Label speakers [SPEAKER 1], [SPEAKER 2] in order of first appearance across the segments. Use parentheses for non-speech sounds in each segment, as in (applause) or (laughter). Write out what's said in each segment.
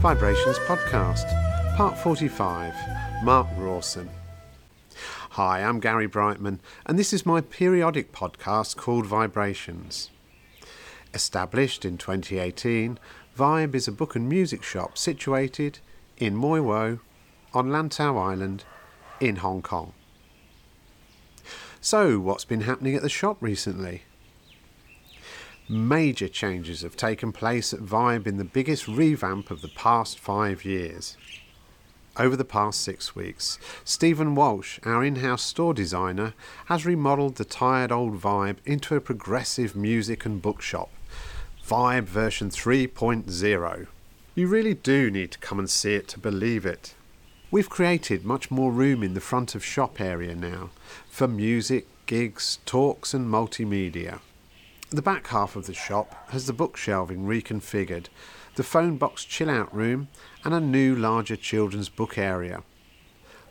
[SPEAKER 1] Vibrations Podcast, Part 45, Mark Rawson. Hi, I'm Gary Brightman, and this is my periodic podcast called Vibrations. Established in 2018, Vibe is a book and music shop situated in Moi Wo, on Lantau Island, in Hong Kong. So, what's been happening at the shop recently? Major changes have taken place at Vibe in the biggest revamp of the past five years. Over the past six weeks, Stephen Walsh, our in house store designer, has remodelled the tired old Vibe into a progressive music and bookshop. Vibe version 3.0. You really do need to come and see it to believe it. We've created much more room in the front of shop area now for music, gigs, talks, and multimedia. The back half of the shop has the bookshelving reconfigured, the phone box chill out room, and a new larger children's book area.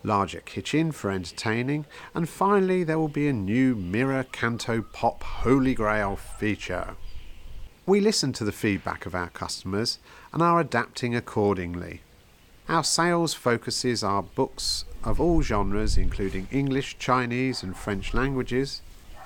[SPEAKER 1] Larger kitchen for entertaining, and finally, there will be a new Mirror Canto Pop Holy Grail feature. We listen to the feedback of our customers and are adapting accordingly. Our sales focuses are books of all genres, including English, Chinese, and French languages,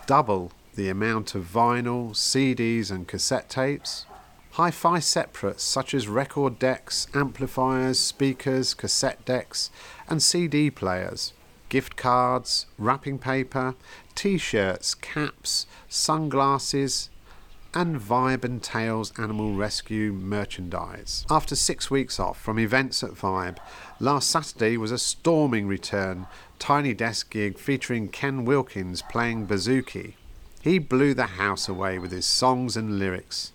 [SPEAKER 1] double the amount of vinyl, CDs, and cassette tapes, hi fi separates such as record decks, amplifiers, speakers, cassette decks, and CD players, gift cards, wrapping paper, t shirts, caps, sunglasses, and Vibe and Tails Animal Rescue merchandise. After six weeks off from events at Vibe, last Saturday was a storming return tiny desk gig featuring Ken Wilkins playing bouzouki. He blew the house away with his songs and lyrics.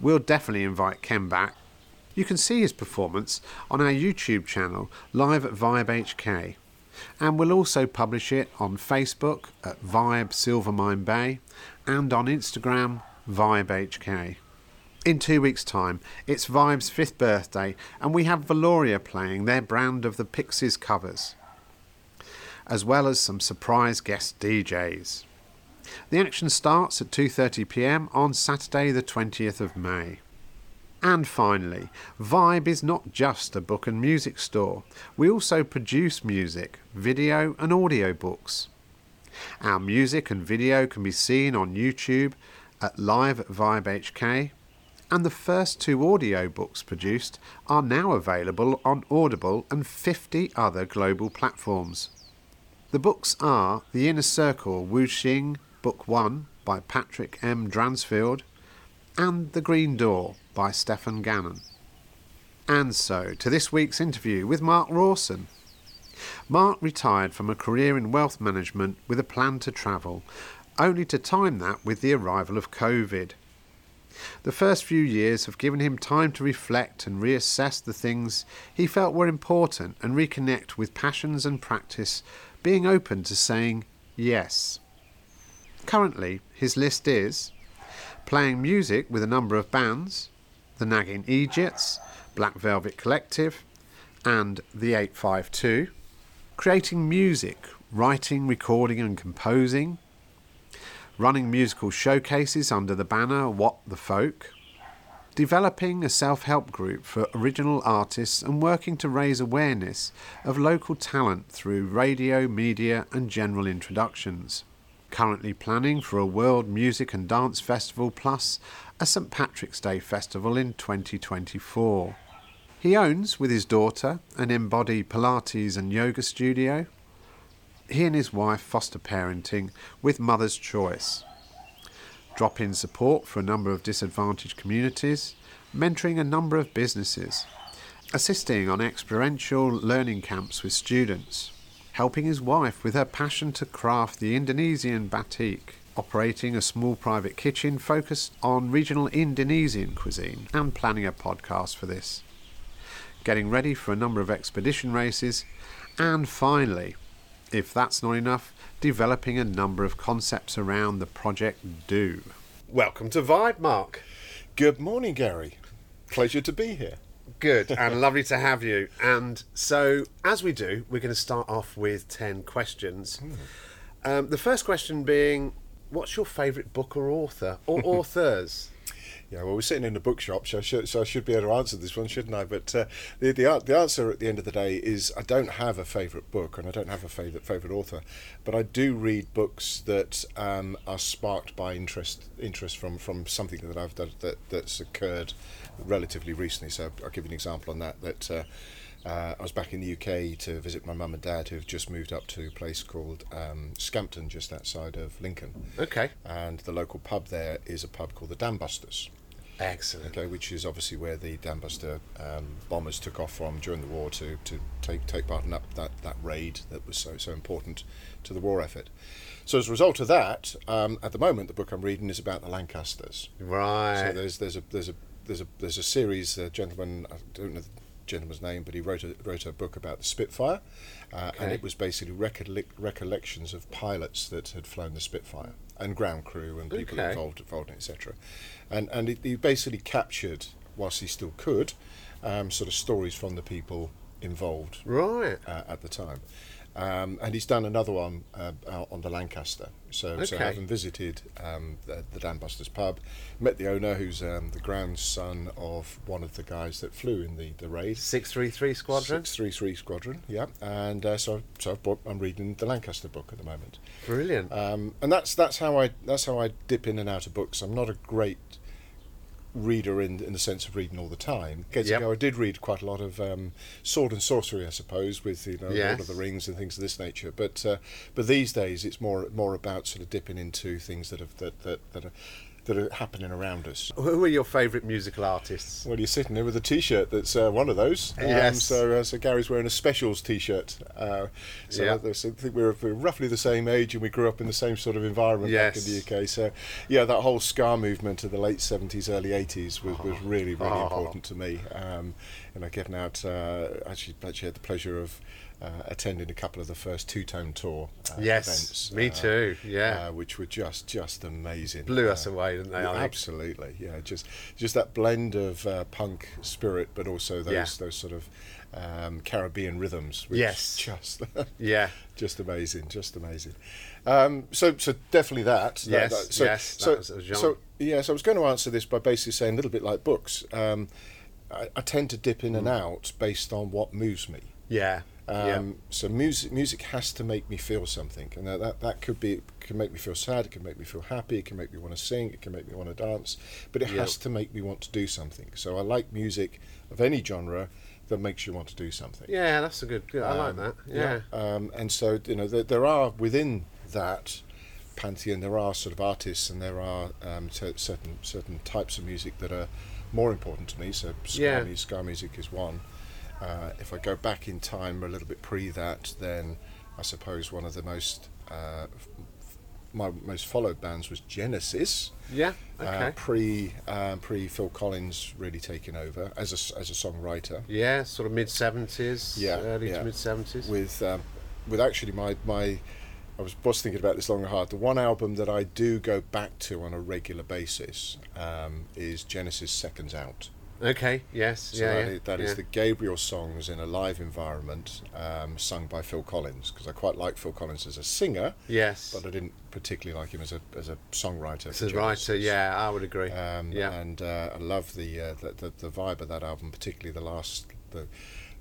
[SPEAKER 1] We'll definitely invite Ken back. You can see his performance on our YouTube channel, live at Vibe HK and we'll also publish it on Facebook at Vibe Silvermine Bay and on Instagram Vibe HK. In two weeks' time, it's Vibe's fifth birthday, and we have Valoria playing their brand of the Pixies covers, as well as some surprise guest DJs. The action starts at 2:30 p.m. on Saturday, the 20th of May. And finally, Vibe is not just a book and music store. We also produce music, video, and audio books. Our music and video can be seen on YouTube at Live at Vibe HK, and the first two audio books produced are now available on Audible and 50 other global platforms. The books are The Inner Circle Wuxing, Book 1 by Patrick M. Dransfield, and The Green Door by Stefan Gannon. And so to this week's interview with Mark Rawson. Mark retired from a career in wealth management with a plan to travel, only to time that with the arrival of COVID. The first few years have given him time to reflect and reassess the things he felt were important and reconnect with passions and practice, being open to saying yes. Currently, his list is playing music with a number of bands the Nagging Egypts, Black Velvet Collective, and The 852, creating music, writing, recording, and composing, running musical showcases under the banner What the Folk, developing a self help group for original artists, and working to raise awareness of local talent through radio, media, and general introductions currently planning for a World Music and Dance Festival plus a St Patrick's Day festival in 2024. He owns, with his daughter, an Embody Pilates and yoga studio. He and his wife foster parenting with Mother's Choice. Drop in support for a number of disadvantaged communities, mentoring a number of businesses, assisting on experiential learning camps with students helping his wife with her passion to craft the Indonesian batik, operating a small private kitchen focused on regional Indonesian cuisine, and planning a podcast for this, getting ready for a number of expedition races, and finally, if that's not enough, developing a number of concepts around the project Do. Welcome to Vibe, Mark.
[SPEAKER 2] Good morning, Gary. Pleasure to be here.
[SPEAKER 1] Good and lovely to have you. And so, as we do, we're going to start off with 10 questions.
[SPEAKER 2] Hmm. (laughs)
[SPEAKER 1] Um, the first question being, what's your favourite book or author or authors?
[SPEAKER 2] Yeah, well, we're sitting in a bookshop, so I should, so I should be able to answer this one, shouldn't I? But uh, the, the an- the answer at the end of the day is I don't have a favourite book, and I don't have a favourite favourite author, but I do read books that um, are sparked by interest interest from, from something that I've that, that that's occurred relatively recently. So I'll give you an example on that. That uh, uh, I was back in the UK to visit my mum and dad, who have just moved up to a place called um, Scampton, just outside of Lincoln.
[SPEAKER 1] Okay.
[SPEAKER 2] And the local pub there is a pub called the Dambusters.
[SPEAKER 1] Excellent.
[SPEAKER 2] Okay, which is obviously where the Dambuster um, bombers took off from during the war to, to take take part in that, that, that raid that was so so important to the war effort. So as a result of that, um, at the moment the book I'm reading is about the Lancasters. So
[SPEAKER 1] Right.
[SPEAKER 2] there's there's a there's a there's a there's a series. A gentleman, I don't know the gentleman's name, but he wrote a wrote a book about the Spitfire, uh, and
[SPEAKER 1] Okay.
[SPEAKER 2] it was basically recollec- recollections of pilots that had flown the Spitfire and ground crew and people
[SPEAKER 1] Okay.
[SPEAKER 2] involved involved in it, etc. And and it, he basically captured whilst he still could, um, sort of stories from the people involved
[SPEAKER 1] right.
[SPEAKER 2] uh, at the time. Um, and he's done another one uh, out on the Lancaster. So, so
[SPEAKER 1] Okay.
[SPEAKER 2] having visited um, the, the Dambusters pub, met the owner, who's um, the grandson of one of the guys that flew in the, the raid.
[SPEAKER 1] Six three three squadron.
[SPEAKER 2] 633 Squadron, yeah. And uh, so, so I've bought, I'm reading the Lancaster book at the moment.
[SPEAKER 1] Brilliant.
[SPEAKER 2] Um, and that's that's how I that's how I dip in and out of books. I'm not a great reader in in the sense of reading all the time. Years
[SPEAKER 1] Yep.
[SPEAKER 2] ago, I did read quite a lot of um, sword and sorcery, I suppose, with you know Lord
[SPEAKER 1] Yes.
[SPEAKER 2] of the Rings and things of this nature. But uh, but these days, it's more more about sort of dipping into things that have that that that are, that are happening around us.
[SPEAKER 1] Who are your favourite musical artists?
[SPEAKER 2] Well, you're sitting there with a T-shirt that's uh, one of those.
[SPEAKER 1] Yes.
[SPEAKER 2] So, uh, so Gary's wearing a specials T-shirt. Uh, so
[SPEAKER 1] Yeah.
[SPEAKER 2] that- so I think we're, we're roughly the same age, and we grew up in the same sort of environment back in
[SPEAKER 1] Yes.
[SPEAKER 2] the UK. So, yeah, that whole ska movement of the late '70s, early '80s was, was really, really
[SPEAKER 1] Oh.
[SPEAKER 2] important to me. Um, and I getting out. Uh, actually, actually had the pleasure of. Uh, attending a couple of the first two-tone tour uh,
[SPEAKER 1] Yes,
[SPEAKER 2] events,
[SPEAKER 1] me too, yeah.
[SPEAKER 2] uh, which were just just amazing.
[SPEAKER 1] Blew
[SPEAKER 2] Uh,
[SPEAKER 1] us away, didn't they?
[SPEAKER 2] yeah,
[SPEAKER 1] I think?
[SPEAKER 2] absolutely, yeah. Just just that blend of uh, punk spirit, but also those
[SPEAKER 1] Yeah.
[SPEAKER 2] those sort of um, Caribbean rhythms. Which
[SPEAKER 1] Yes.
[SPEAKER 2] (laughs) just
[SPEAKER 1] Yeah.
[SPEAKER 2] just amazing, just amazing. Um, so so definitely that. that-
[SPEAKER 1] Yes,
[SPEAKER 2] that- so,
[SPEAKER 1] yes, that
[SPEAKER 2] So
[SPEAKER 1] was a genre.
[SPEAKER 2] so yeah, so I was going to answer this by basically saying a little bit like books. Um, I, I tend to dip in
[SPEAKER 1] Hmm.
[SPEAKER 2] and out based on what moves me.
[SPEAKER 1] Yeah.
[SPEAKER 2] Um, So music, music has to make me feel something, and that, that that could be can make me feel sad, it can make me feel happy, it can make me want to sing, it can make me want to dance, but it
[SPEAKER 1] Yeah.
[SPEAKER 2] has to make me want to do something. So I like music of any genre that makes you want to do something.
[SPEAKER 1] yeah. Yeah, that's a good. good I like
[SPEAKER 2] Um,
[SPEAKER 1] that. Yeah.
[SPEAKER 2] Um, and so you know there, there are within that pantheon there are sort of artists and there are um, cer certain certain types of music that are more important to me. So ska,
[SPEAKER 1] Yeah.
[SPEAKER 2] mu- ska music is one. Uh, if I go back in time a little bit pre that, then I suppose one of the most uh, f- f- my most followed bands was Genesis
[SPEAKER 1] Yeah.
[SPEAKER 2] uh,
[SPEAKER 1] Okay.
[SPEAKER 2] pre um, pre Phil Collins really taking over as a s- as a songwriter.
[SPEAKER 1] yeah, sort of mid seventies.
[SPEAKER 2] Yeah,
[SPEAKER 1] Early
[SPEAKER 2] yeah.
[SPEAKER 1] to mid seventies.
[SPEAKER 2] with um, with actually my my I was was thinking about this long and hard. The one album that I do go back to on a regular basis um, is Genesis Seconds Out.
[SPEAKER 1] Okay. Yes.
[SPEAKER 2] So
[SPEAKER 1] yeah.
[SPEAKER 2] that
[SPEAKER 1] yeah,
[SPEAKER 2] is, that is
[SPEAKER 1] yeah.
[SPEAKER 2] the Gabriel songs in a live environment, um, sung by Phil Collins. Because I quite like Phil Collins as a singer,
[SPEAKER 1] Yes.
[SPEAKER 2] but I didn't particularly like him as a as a songwriter.
[SPEAKER 1] As
[SPEAKER 2] for
[SPEAKER 1] a writer,
[SPEAKER 2] Genesis.
[SPEAKER 1] yeah, I would agree.
[SPEAKER 2] Um,
[SPEAKER 1] yeah.
[SPEAKER 2] And uh, I love the, uh, the, the the vibe of that album, particularly the last the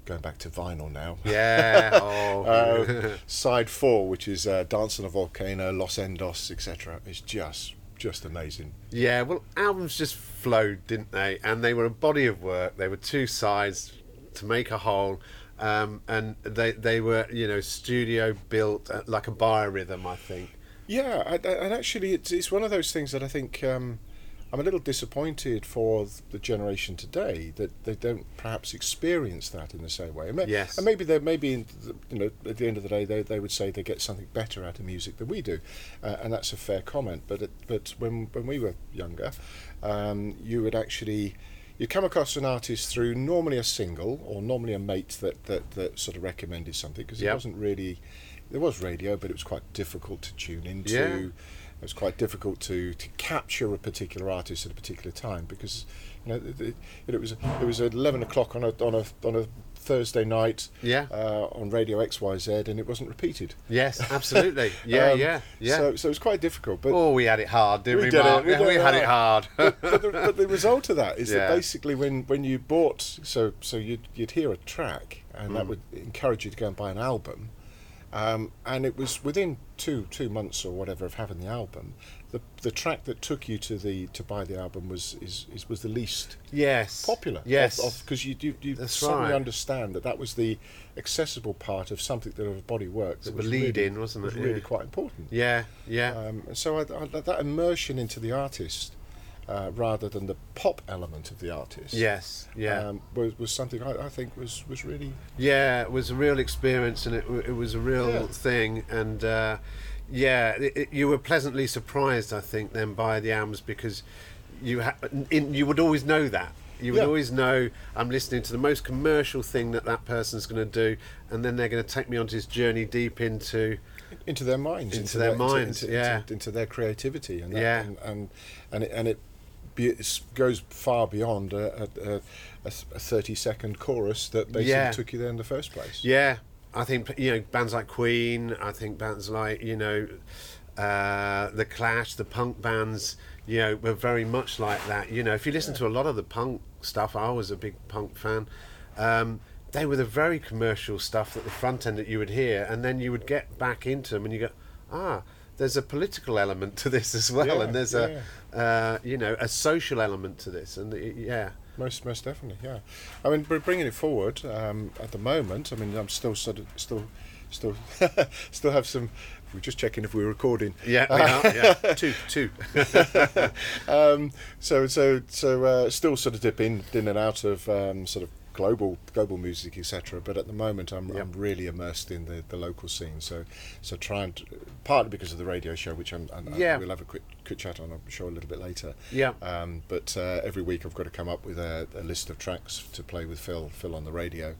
[SPEAKER 2] going back to vinyl now. (laughs)
[SPEAKER 1] yeah. Oh.
[SPEAKER 2] Uh, side four, which is uh, Dance on a Volcano, Los Endos, etc., is just just amazing.
[SPEAKER 1] Yeah, well, albums just flowed, didn't they? And they were a body of work. They were two sides to make a whole, um, and they they were you know studio built uh, like a biorhythm, I think.
[SPEAKER 2] Yeah, I, I- and actually, it's it's one of those things that I think um, I'm a little disappointed for th- the generation today that they don't perhaps experience that in the same way. And ma-
[SPEAKER 1] Yes.
[SPEAKER 2] and maybe they maybe in th- you know at the end of the day they, they would say they get something better out of music than we do, uh, and that's a fair comment. But it, but when when we were younger, um, you would actually. You come across an artist through normally a single or normally a mate that, that, that sort of recommended something because it
[SPEAKER 1] Yep.
[SPEAKER 2] wasn't really there was radio, but it was quite difficult to tune into.
[SPEAKER 1] Yeah.
[SPEAKER 2] It was quite difficult to, to capture a particular artist at a particular time because you know the, the, it was it was eleven o'clock on a on a on a Thursday night
[SPEAKER 1] Yeah.
[SPEAKER 2] uh, on Radio XYZ, and it wasn't repeated. (laughs)
[SPEAKER 1] Yes, absolutely. Yeah,
[SPEAKER 2] Um,
[SPEAKER 1] yeah, yeah.
[SPEAKER 2] So, so it was quite difficult. But
[SPEAKER 1] oh, we had it hard, didn't we,
[SPEAKER 2] did it,
[SPEAKER 1] Mark?
[SPEAKER 2] we
[SPEAKER 1] Yeah,
[SPEAKER 2] did
[SPEAKER 1] we
[SPEAKER 2] it
[SPEAKER 1] had it hard. (laughs)
[SPEAKER 2] but, but the, but the result of that is
[SPEAKER 1] Yeah.
[SPEAKER 2] that basically when, when you bought so so you'd you'd hear a track and
[SPEAKER 1] Mm.
[SPEAKER 2] that would encourage you to go and buy an album, um, and it was within two two months or whatever of having the album, the the track that took you to the to buy the album was is, is was the least
[SPEAKER 1] yes.
[SPEAKER 2] popular.
[SPEAKER 1] Yes.
[SPEAKER 2] because you you, you
[SPEAKER 1] That's
[SPEAKER 2] suddenly
[SPEAKER 1] right.
[SPEAKER 2] understand that that was the accessible part of something that of a body work that
[SPEAKER 1] Sort of
[SPEAKER 2] was
[SPEAKER 1] a lead
[SPEAKER 2] really,
[SPEAKER 1] in, wasn't
[SPEAKER 2] was
[SPEAKER 1] it? Yeah.
[SPEAKER 2] really quite important.
[SPEAKER 1] yeah, yeah.
[SPEAKER 2] Um, and so I, I, that that immersion into the artist, uh, rather than the pop element of the artist,
[SPEAKER 1] yes, yeah.
[SPEAKER 2] um, was, was something I, I think was was really
[SPEAKER 1] yeah, it was a real experience and it, w- it was a real
[SPEAKER 2] Yeah.
[SPEAKER 1] thing. And uh, yeah, it, it, you were pleasantly surprised, I think, then by the albums because you ha- in, you would always know that. You would
[SPEAKER 2] Yeah.
[SPEAKER 1] always know I'm listening to the most commercial thing that that person's going to do, and then they're going to take me on this journey deep into.
[SPEAKER 2] into their minds,
[SPEAKER 1] Into their minds,
[SPEAKER 2] into,
[SPEAKER 1] yeah.
[SPEAKER 2] into, into their creativity, and that,
[SPEAKER 1] Yeah.
[SPEAKER 2] and and and it, and it be, it's- goes far beyond a, a, a, a thirty second chorus that basically
[SPEAKER 1] Yeah.
[SPEAKER 2] took you there in the first place.
[SPEAKER 1] Yeah, I think you know bands like Queen. I think bands like you know uh, the Clash, the punk bands. You know, were very much like that. You know, if you listen to a lot of the punk stuff, I was a big punk fan. Um, they were the very commercial stuff that the front end that you would hear, and then you would get back into them, and you go, ah, there's a political element to this as well,
[SPEAKER 2] Yeah,
[SPEAKER 1] and there's a uh, you know a social element to this, and it, yeah,
[SPEAKER 2] Most, most definitely, yeah. I mean, we're bringing it forward um, at the moment. I mean, I'm still sort of, still, still, (laughs) still have some. We're just checking if we're recording.
[SPEAKER 1] yeah, we are,
[SPEAKER 2] (laughs)
[SPEAKER 1] yeah, two, two, (laughs)
[SPEAKER 2] um, so, so, so, uh, still sort of dip in, in and out of um, sort of global, global music, etc. But at the moment, I'm,
[SPEAKER 1] Yeah.
[SPEAKER 2] I'm really immersed in the, the local scene. So, so trying, to, partly because of the radio show, which I'm, and I-
[SPEAKER 1] Yeah.
[SPEAKER 2] we'll have a quick, quick chat on. I'm sure a little bit later.
[SPEAKER 1] yeah.
[SPEAKER 2] Um, but uh, every week I've got to come up with a, a list of tracks to play with Phil, Phil on the radio.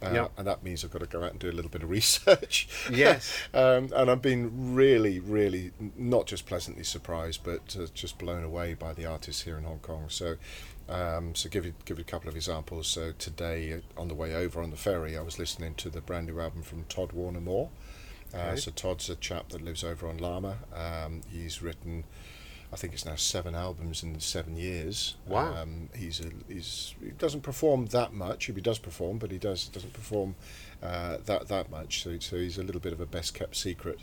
[SPEAKER 2] Uh,
[SPEAKER 1] Yep.
[SPEAKER 2] And that means I've got to go out and do a little bit of (laughs) research.
[SPEAKER 1] Yes.
[SPEAKER 2] um, and I've been really, really n- not just pleasantly surprised, but uh, just blown away by the artists here in Hong Kong. So, um, so give you, give you a couple of examples. So today uh, on the way over on the ferry, I was listening to the brand new album from Todd Warner Moore. Uh,
[SPEAKER 1] Okay.
[SPEAKER 2] so Todd's a chap that lives over on Lama. Um, he's written, I think it's now seven albums in seven years.
[SPEAKER 1] Wow.
[SPEAKER 2] Um, he's a, he's he doesn't perform that much. If he does perform, but he does doesn't perform uh, that that much. So so he's a little bit of a best kept secret.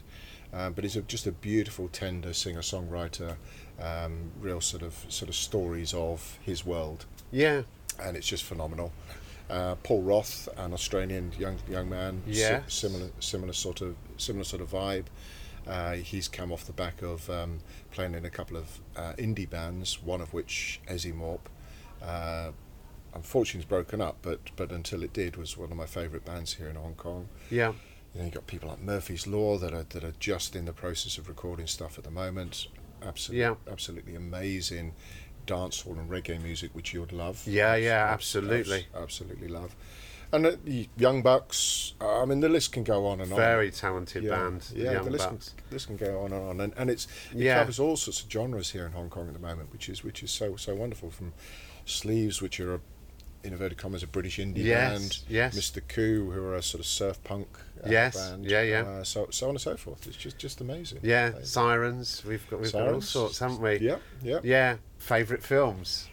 [SPEAKER 2] Um, but he's a, just a beautiful, tender singer songwriter. Um, real sort of sort of stories of his world
[SPEAKER 1] yeah.
[SPEAKER 2] and it's just phenomenal. Uh, Paul Roth, an Australian young young man, si-
[SPEAKER 1] Yeah.
[SPEAKER 2] similar similar sort of similar sort of vibe. Uh, he's come off the back of um, playing in a couple of uh, indie bands, one of which Ezimorp. Uh, unfortunately, it's broken up, but but until it did, was one of my favourite bands here in Hong Kong.
[SPEAKER 1] Yeah,
[SPEAKER 2] You know, you've got people like Murphy's Law that are that are just in the process of recording stuff at the moment. Absolutely,
[SPEAKER 1] Yeah.
[SPEAKER 2] absolutely amazing dancehall and reggae music, which you would love.
[SPEAKER 1] Yeah, yeah,
[SPEAKER 2] Abs- abs-
[SPEAKER 1] absolutely.
[SPEAKER 2] absolutely love. And uh, the Young Bucks. I mean, the list can go on and on.
[SPEAKER 1] very talented
[SPEAKER 2] yeah,
[SPEAKER 1] band. the
[SPEAKER 2] Yeah,
[SPEAKER 1] Young
[SPEAKER 2] the list can,
[SPEAKER 1] Bucks.
[SPEAKER 2] list can go on and on, and, and it's it
[SPEAKER 1] Yeah.
[SPEAKER 2] covers all sorts of genres here in Hong Kong at the moment, which is which is so so wonderful. From Sleeves, which are a, in inverted commas a British indie
[SPEAKER 1] Yes,
[SPEAKER 2] band,
[SPEAKER 1] yes.
[SPEAKER 2] Mr. Coo, who are a sort of surf punk uh,
[SPEAKER 1] Yes,
[SPEAKER 2] band,
[SPEAKER 1] yeah, yeah.
[SPEAKER 2] uh, so so on and so forth. It's just just amazing.
[SPEAKER 1] Yeah,
[SPEAKER 2] Amazing.
[SPEAKER 1] sirens. We've got we've got all
[SPEAKER 2] Sirens.
[SPEAKER 1] sorts, haven't we?
[SPEAKER 2] Yeah, yeah.
[SPEAKER 1] Yeah. Favorite films.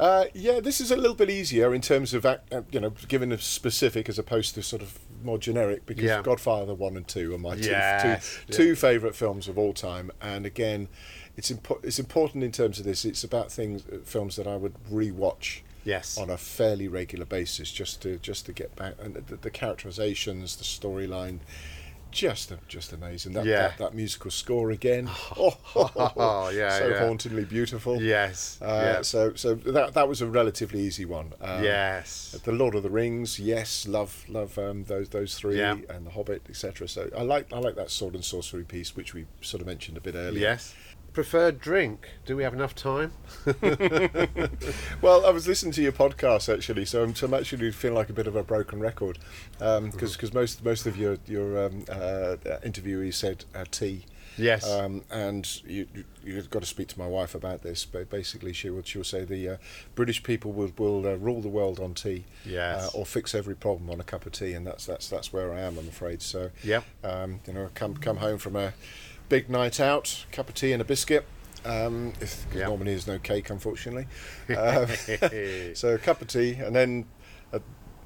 [SPEAKER 2] Uh, yeah, this is a little bit easier in terms of ac- uh, you know giving a specific as opposed to sort of more generic because
[SPEAKER 1] Yeah.
[SPEAKER 2] Godfather one and two are my two-
[SPEAKER 1] Yes,
[SPEAKER 2] two, two favorite films of all time, and again, it's impo- it's important in terms of this. It's about things uh, films that I would rewatch
[SPEAKER 1] Yes.
[SPEAKER 2] on a fairly regular basis just to just to get back and the, the characterizations, the storyline. Just, uh, just amazing. That,
[SPEAKER 1] Yeah.
[SPEAKER 2] that, that musical
[SPEAKER 1] (laughs)
[SPEAKER 2] score again. Oh, (laughs)
[SPEAKER 1] yeah,
[SPEAKER 2] so
[SPEAKER 1] yeah.
[SPEAKER 2] hauntingly beautiful.
[SPEAKER 1] Yes.
[SPEAKER 2] Uh,
[SPEAKER 1] yeah.
[SPEAKER 2] So, so that that was a relatively easy one. Um,
[SPEAKER 1] yes.
[SPEAKER 2] The Lord of the Rings, yes, love, love um, those those three,
[SPEAKER 1] Yeah.
[SPEAKER 2] and The Hobbit, etc. So I like I like that sword and sorcery piece, which we sort of mentioned a bit earlier.
[SPEAKER 1] Yes. Preferred drink? Do we have enough time?
[SPEAKER 2] well, I was listening to your podcast actually, so I'm, so I'm actually feeling like a bit of a broken record because
[SPEAKER 1] Mm-hmm.
[SPEAKER 2] because most most of your your um, uh, interviewees said uh, tea.
[SPEAKER 1] Yes.
[SPEAKER 2] Um, and you, you, you've got to speak to my wife about this, but basically she will she'll say the uh, British people will will uh, rule the world on tea.
[SPEAKER 1] Yes.
[SPEAKER 2] Uh, or fix every problem on a cup of tea, and that's that's that's where I am, I'm afraid. So.
[SPEAKER 1] Yep.
[SPEAKER 2] Um, you know, come come home from a big night out, cup of tea and a biscuit. Um, if 'cause
[SPEAKER 1] Yep.
[SPEAKER 2] normally there's no
[SPEAKER 1] (laughs)
[SPEAKER 2] cake, unfortunately. Um, (laughs) so a cup of tea, and then uh,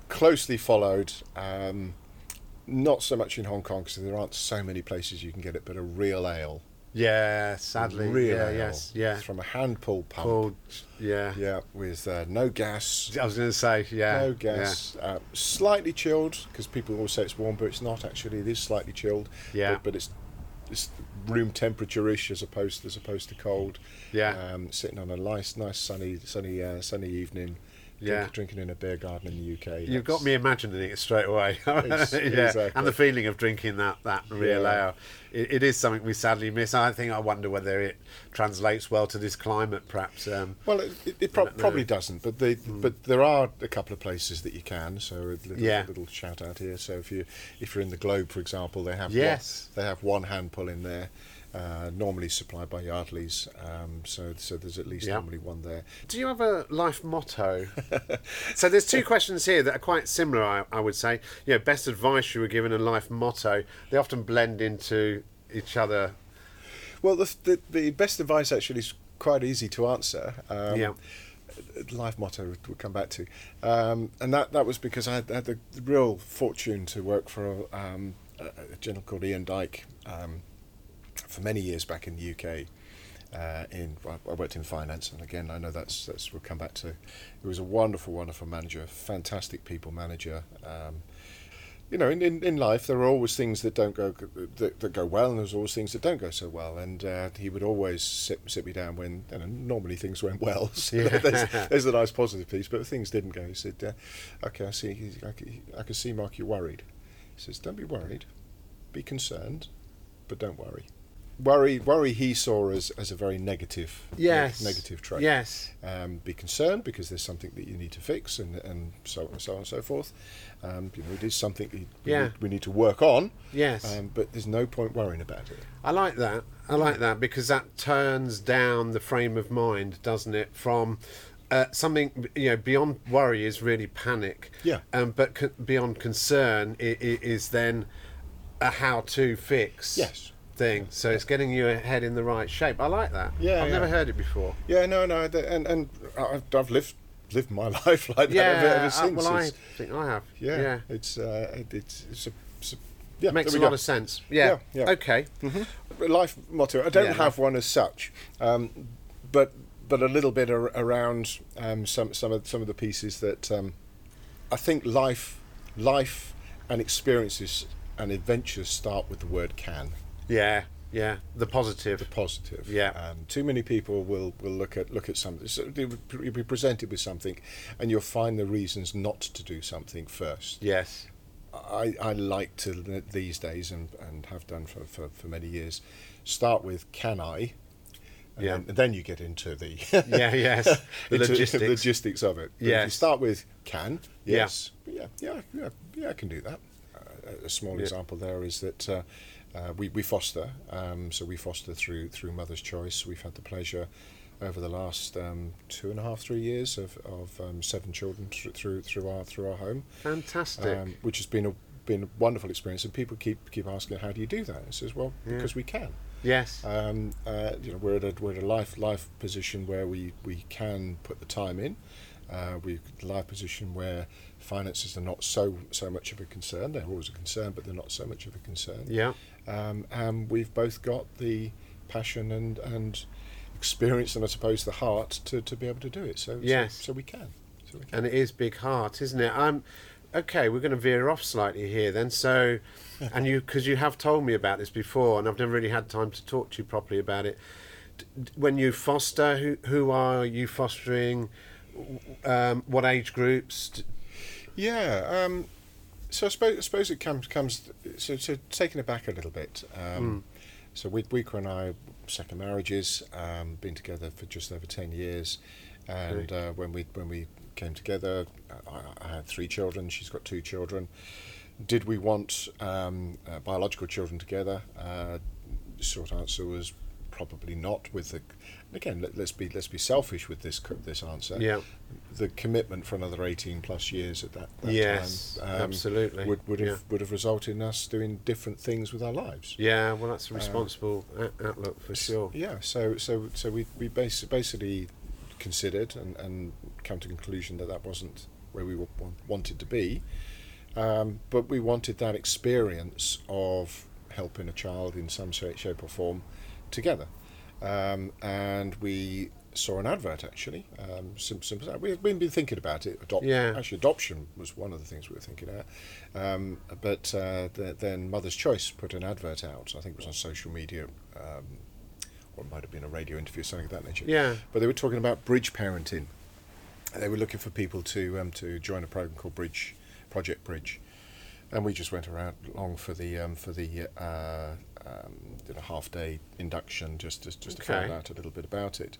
[SPEAKER 2] closely followed. Um, not so much in Hong Kong because there aren't so many places you can get it, but a real ale.
[SPEAKER 1] yeah, sadly.
[SPEAKER 2] real
[SPEAKER 1] yeah,
[SPEAKER 2] ale.
[SPEAKER 1] yes, yeah.
[SPEAKER 2] From a hand pull pump.
[SPEAKER 1] Pulled, yeah.
[SPEAKER 2] Yeah, with uh, no gas.
[SPEAKER 1] I was going to say, yeah.
[SPEAKER 2] No
[SPEAKER 1] yeah.
[SPEAKER 2] gas. Uh, slightly chilled because people always say it's warm, but it's not actually. It is slightly chilled.
[SPEAKER 1] Yeah.
[SPEAKER 2] But, but it's it's room temperature ish as opposed as opposed to cold.
[SPEAKER 1] Yeah.
[SPEAKER 2] Um, sitting on a nice nice sunny sunny uh, sunny evening. drink-
[SPEAKER 1] Yeah.
[SPEAKER 2] Drinking in a beer garden in the UK.
[SPEAKER 1] You've
[SPEAKER 2] that's-
[SPEAKER 1] got me imagining it straight
[SPEAKER 2] (laughs)
[SPEAKER 1] away. (laughs)
[SPEAKER 2] Ex-
[SPEAKER 1] yeah,
[SPEAKER 2] exactly.
[SPEAKER 1] and the feeling of drinking that that real
[SPEAKER 2] Yeah.
[SPEAKER 1] ale, it, it is something we sadly miss. I think I wonder whether it translates well to this climate, perhaps. Um,
[SPEAKER 2] Well, it, it, it prob
[SPEAKER 1] don't know.
[SPEAKER 2] probably doesn't, but the,
[SPEAKER 1] Hmm.
[SPEAKER 2] but there are a couple of places that you can. So a little,
[SPEAKER 1] Yeah.
[SPEAKER 2] little shout out here. So if you if you're in the Globe, for example, they have
[SPEAKER 1] Yes.
[SPEAKER 2] one, they have one hand pull in there, uh, normally supplied by Yardley's. Um, so so there's at least
[SPEAKER 1] Yeah.
[SPEAKER 2] normally one there.
[SPEAKER 1] Do you have a life
[SPEAKER 2] (laughs)
[SPEAKER 1] motto? so there's two questions here that are quite similar, I, I would say. You know, best advice you were given and life motto. They often blend into each other.
[SPEAKER 2] Well, the, the, the best advice actually is quite easy to answer. Um,
[SPEAKER 1] Yeah.
[SPEAKER 2] Life motto we'll come back to, um, and that that was because I had, had the real fortune to work for um, a, a gentleman called Ian Dyke um, for many years back in the UK. Uh, in I- I worked in finance, and again I know that's that's we'll come back to. He was a wonderful, wonderful manager, fantastic people manager. Um, you know, in, in, in life, there are always things that don't go that, that go well, and there's always things that don't go so well. And uh, he would always sit, sit me down when, you know, normally things went well. (laughs) So there's, there's a nice positive piece, but things didn't go. He said, uh, "Okay, I see. I can, I can see, Mark, you're worried." He says, "Don't be worried. Be concerned, but don't worry." Worry, worry. He saw as as a very negative,
[SPEAKER 1] Yes.
[SPEAKER 2] negative trait
[SPEAKER 1] Yes.
[SPEAKER 2] um, be concerned because there's something that you need to fix and, and so on and so on and so forth. Um, you know, it is something that we,
[SPEAKER 1] Yeah.
[SPEAKER 2] need, we need to work on.
[SPEAKER 1] Yes.
[SPEAKER 2] Um, but there's no point worrying about it.
[SPEAKER 1] I like that. I like that because that turns down the frame of mind, doesn't it? From uh, something you know beyond worry is really panic.
[SPEAKER 2] Yeah.
[SPEAKER 1] Um, but con- beyond concern i i is then a how-to fix.
[SPEAKER 2] Yes.
[SPEAKER 1] Thing. So it's getting your head in the right shape. I like that.
[SPEAKER 2] Yeah,
[SPEAKER 1] I've
[SPEAKER 2] yeah.
[SPEAKER 1] never heard it before.
[SPEAKER 2] Yeah, no, no, th- and and I've, I've lived lived my (laughs) life like that
[SPEAKER 1] Yeah.
[SPEAKER 2] ever, ever
[SPEAKER 1] uh,
[SPEAKER 2] since.
[SPEAKER 1] well, I
[SPEAKER 2] It's-
[SPEAKER 1] think I have.
[SPEAKER 2] yeah,
[SPEAKER 1] Yeah.
[SPEAKER 2] it's uh, it- it's, it's a, it's a- yeah,
[SPEAKER 1] Makes a
[SPEAKER 2] there we
[SPEAKER 1] lot
[SPEAKER 2] go.
[SPEAKER 1] of sense. Yeah.
[SPEAKER 2] Yeah, yeah.
[SPEAKER 1] Okay.
[SPEAKER 2] Mm-hmm. life motto. I don't
[SPEAKER 1] Yeah,
[SPEAKER 2] have one as such, um, but but a little bit ar- around um, some some of some of the pieces that um, I think life life and experiences and adventures start with the word can
[SPEAKER 1] Yeah. Yeah. The positive.
[SPEAKER 2] positive.
[SPEAKER 1] Yeah.
[SPEAKER 2] Um, too many people will, will look at look at something. So you'll be presented with something, and you'll find the reasons not to do something first.
[SPEAKER 1] yes.
[SPEAKER 2] I, I like to th- these days and, and have done for, for, for many years start with can I and,
[SPEAKER 1] Yeah.
[SPEAKER 2] then, and then you get into
[SPEAKER 1] (laughs)
[SPEAKER 2] the
[SPEAKER 1] Yeah.
[SPEAKER 2] (laughs)
[SPEAKER 1] Yes. The
[SPEAKER 2] into
[SPEAKER 1] logistics.
[SPEAKER 2] logistics of it But if you
[SPEAKER 1] Yes.
[SPEAKER 2] start with can
[SPEAKER 1] Yeah.
[SPEAKER 2] yes yeah yeah yeah, yeah I can do that uh, a- a small
[SPEAKER 1] Yeah.
[SPEAKER 2] example there is that uh, uh, we, we foster um, so we foster through through Mother's Choice we've had the pleasure over the last um, two and a half three years of, of um, seven children thr- through through our through our home
[SPEAKER 1] Fantastic.
[SPEAKER 2] um, which has been a been a wonderful experience. And people keep keep asking, how do you do that? And it says, well,
[SPEAKER 1] Yeah.
[SPEAKER 2] because we can.
[SPEAKER 1] yes.
[SPEAKER 2] Um, uh, you know, we're at a, we're at a life life position where we we can put the time in. Uh, we're at a life position where finances are not so so much of a concern. They're always a concern, but they're not so much of a concern.
[SPEAKER 1] yeah.
[SPEAKER 2] Um, and we've both got the passion and and experience and I suppose the heart to, to be able to do it. So so-
[SPEAKER 1] Yes.
[SPEAKER 2] so, we can. So we can.
[SPEAKER 1] and it is big heart, isn't it? I'm okay. We're going to veer off slightly here then.
[SPEAKER 2] (laughs)
[SPEAKER 1] So, and you because you have told me about this before, and I've never really had time to talk to you properly about it. D- d- When you foster, who who are you fostering? W- Um, what age groups? D-
[SPEAKER 2] Yeah. Um, so I suppose, I suppose it comes comes so, so taking it back a little bit. Um, So we, Weaker and I second marriages, um, been together for just over 10 years. And uh, when we when we came together, I, I had three children. She's got two children. Did we want um, uh, biological children together? Uh, short answer was probably not. With the and again, let, let's be let's be selfish with this co- this answer.
[SPEAKER 1] Yeah.
[SPEAKER 2] The commitment for another eighteen plus years at that, that
[SPEAKER 1] Yes,
[SPEAKER 2] time um,
[SPEAKER 1] absolutely.
[SPEAKER 2] would would have
[SPEAKER 1] Yeah.
[SPEAKER 2] would have resulted in us doing different things with our lives.
[SPEAKER 1] Yeah, well, that's a
[SPEAKER 2] Uh,
[SPEAKER 1] responsible o- outlook for sure.
[SPEAKER 2] Yeah, so so so we we bas- basically considered and, and come to the conclusion that that wasn't where we wa- wa- wanted to be, um, but we wanted that experience of helping a child in some sha- shape or form together, um, and we saw an advert actually. Um, sim- simple as that. we had been been thinking about it. Adopt,
[SPEAKER 1] Yeah.
[SPEAKER 2] Actually, adoption was one of the things we were thinking about, um, but uh, th- then Mother's Choice put an advert out. I think it was on social media. Um, or it might have been a radio interview, something of that nature.
[SPEAKER 1] Yeah.
[SPEAKER 2] But they were talking about bridge parenting. And They were looking for people to um, to join a program called Bridge Project Bridge, and we just went around long for the um, for the uh, um, did a half day induction just just, just to
[SPEAKER 1] Okay.
[SPEAKER 2] find out a little bit about it.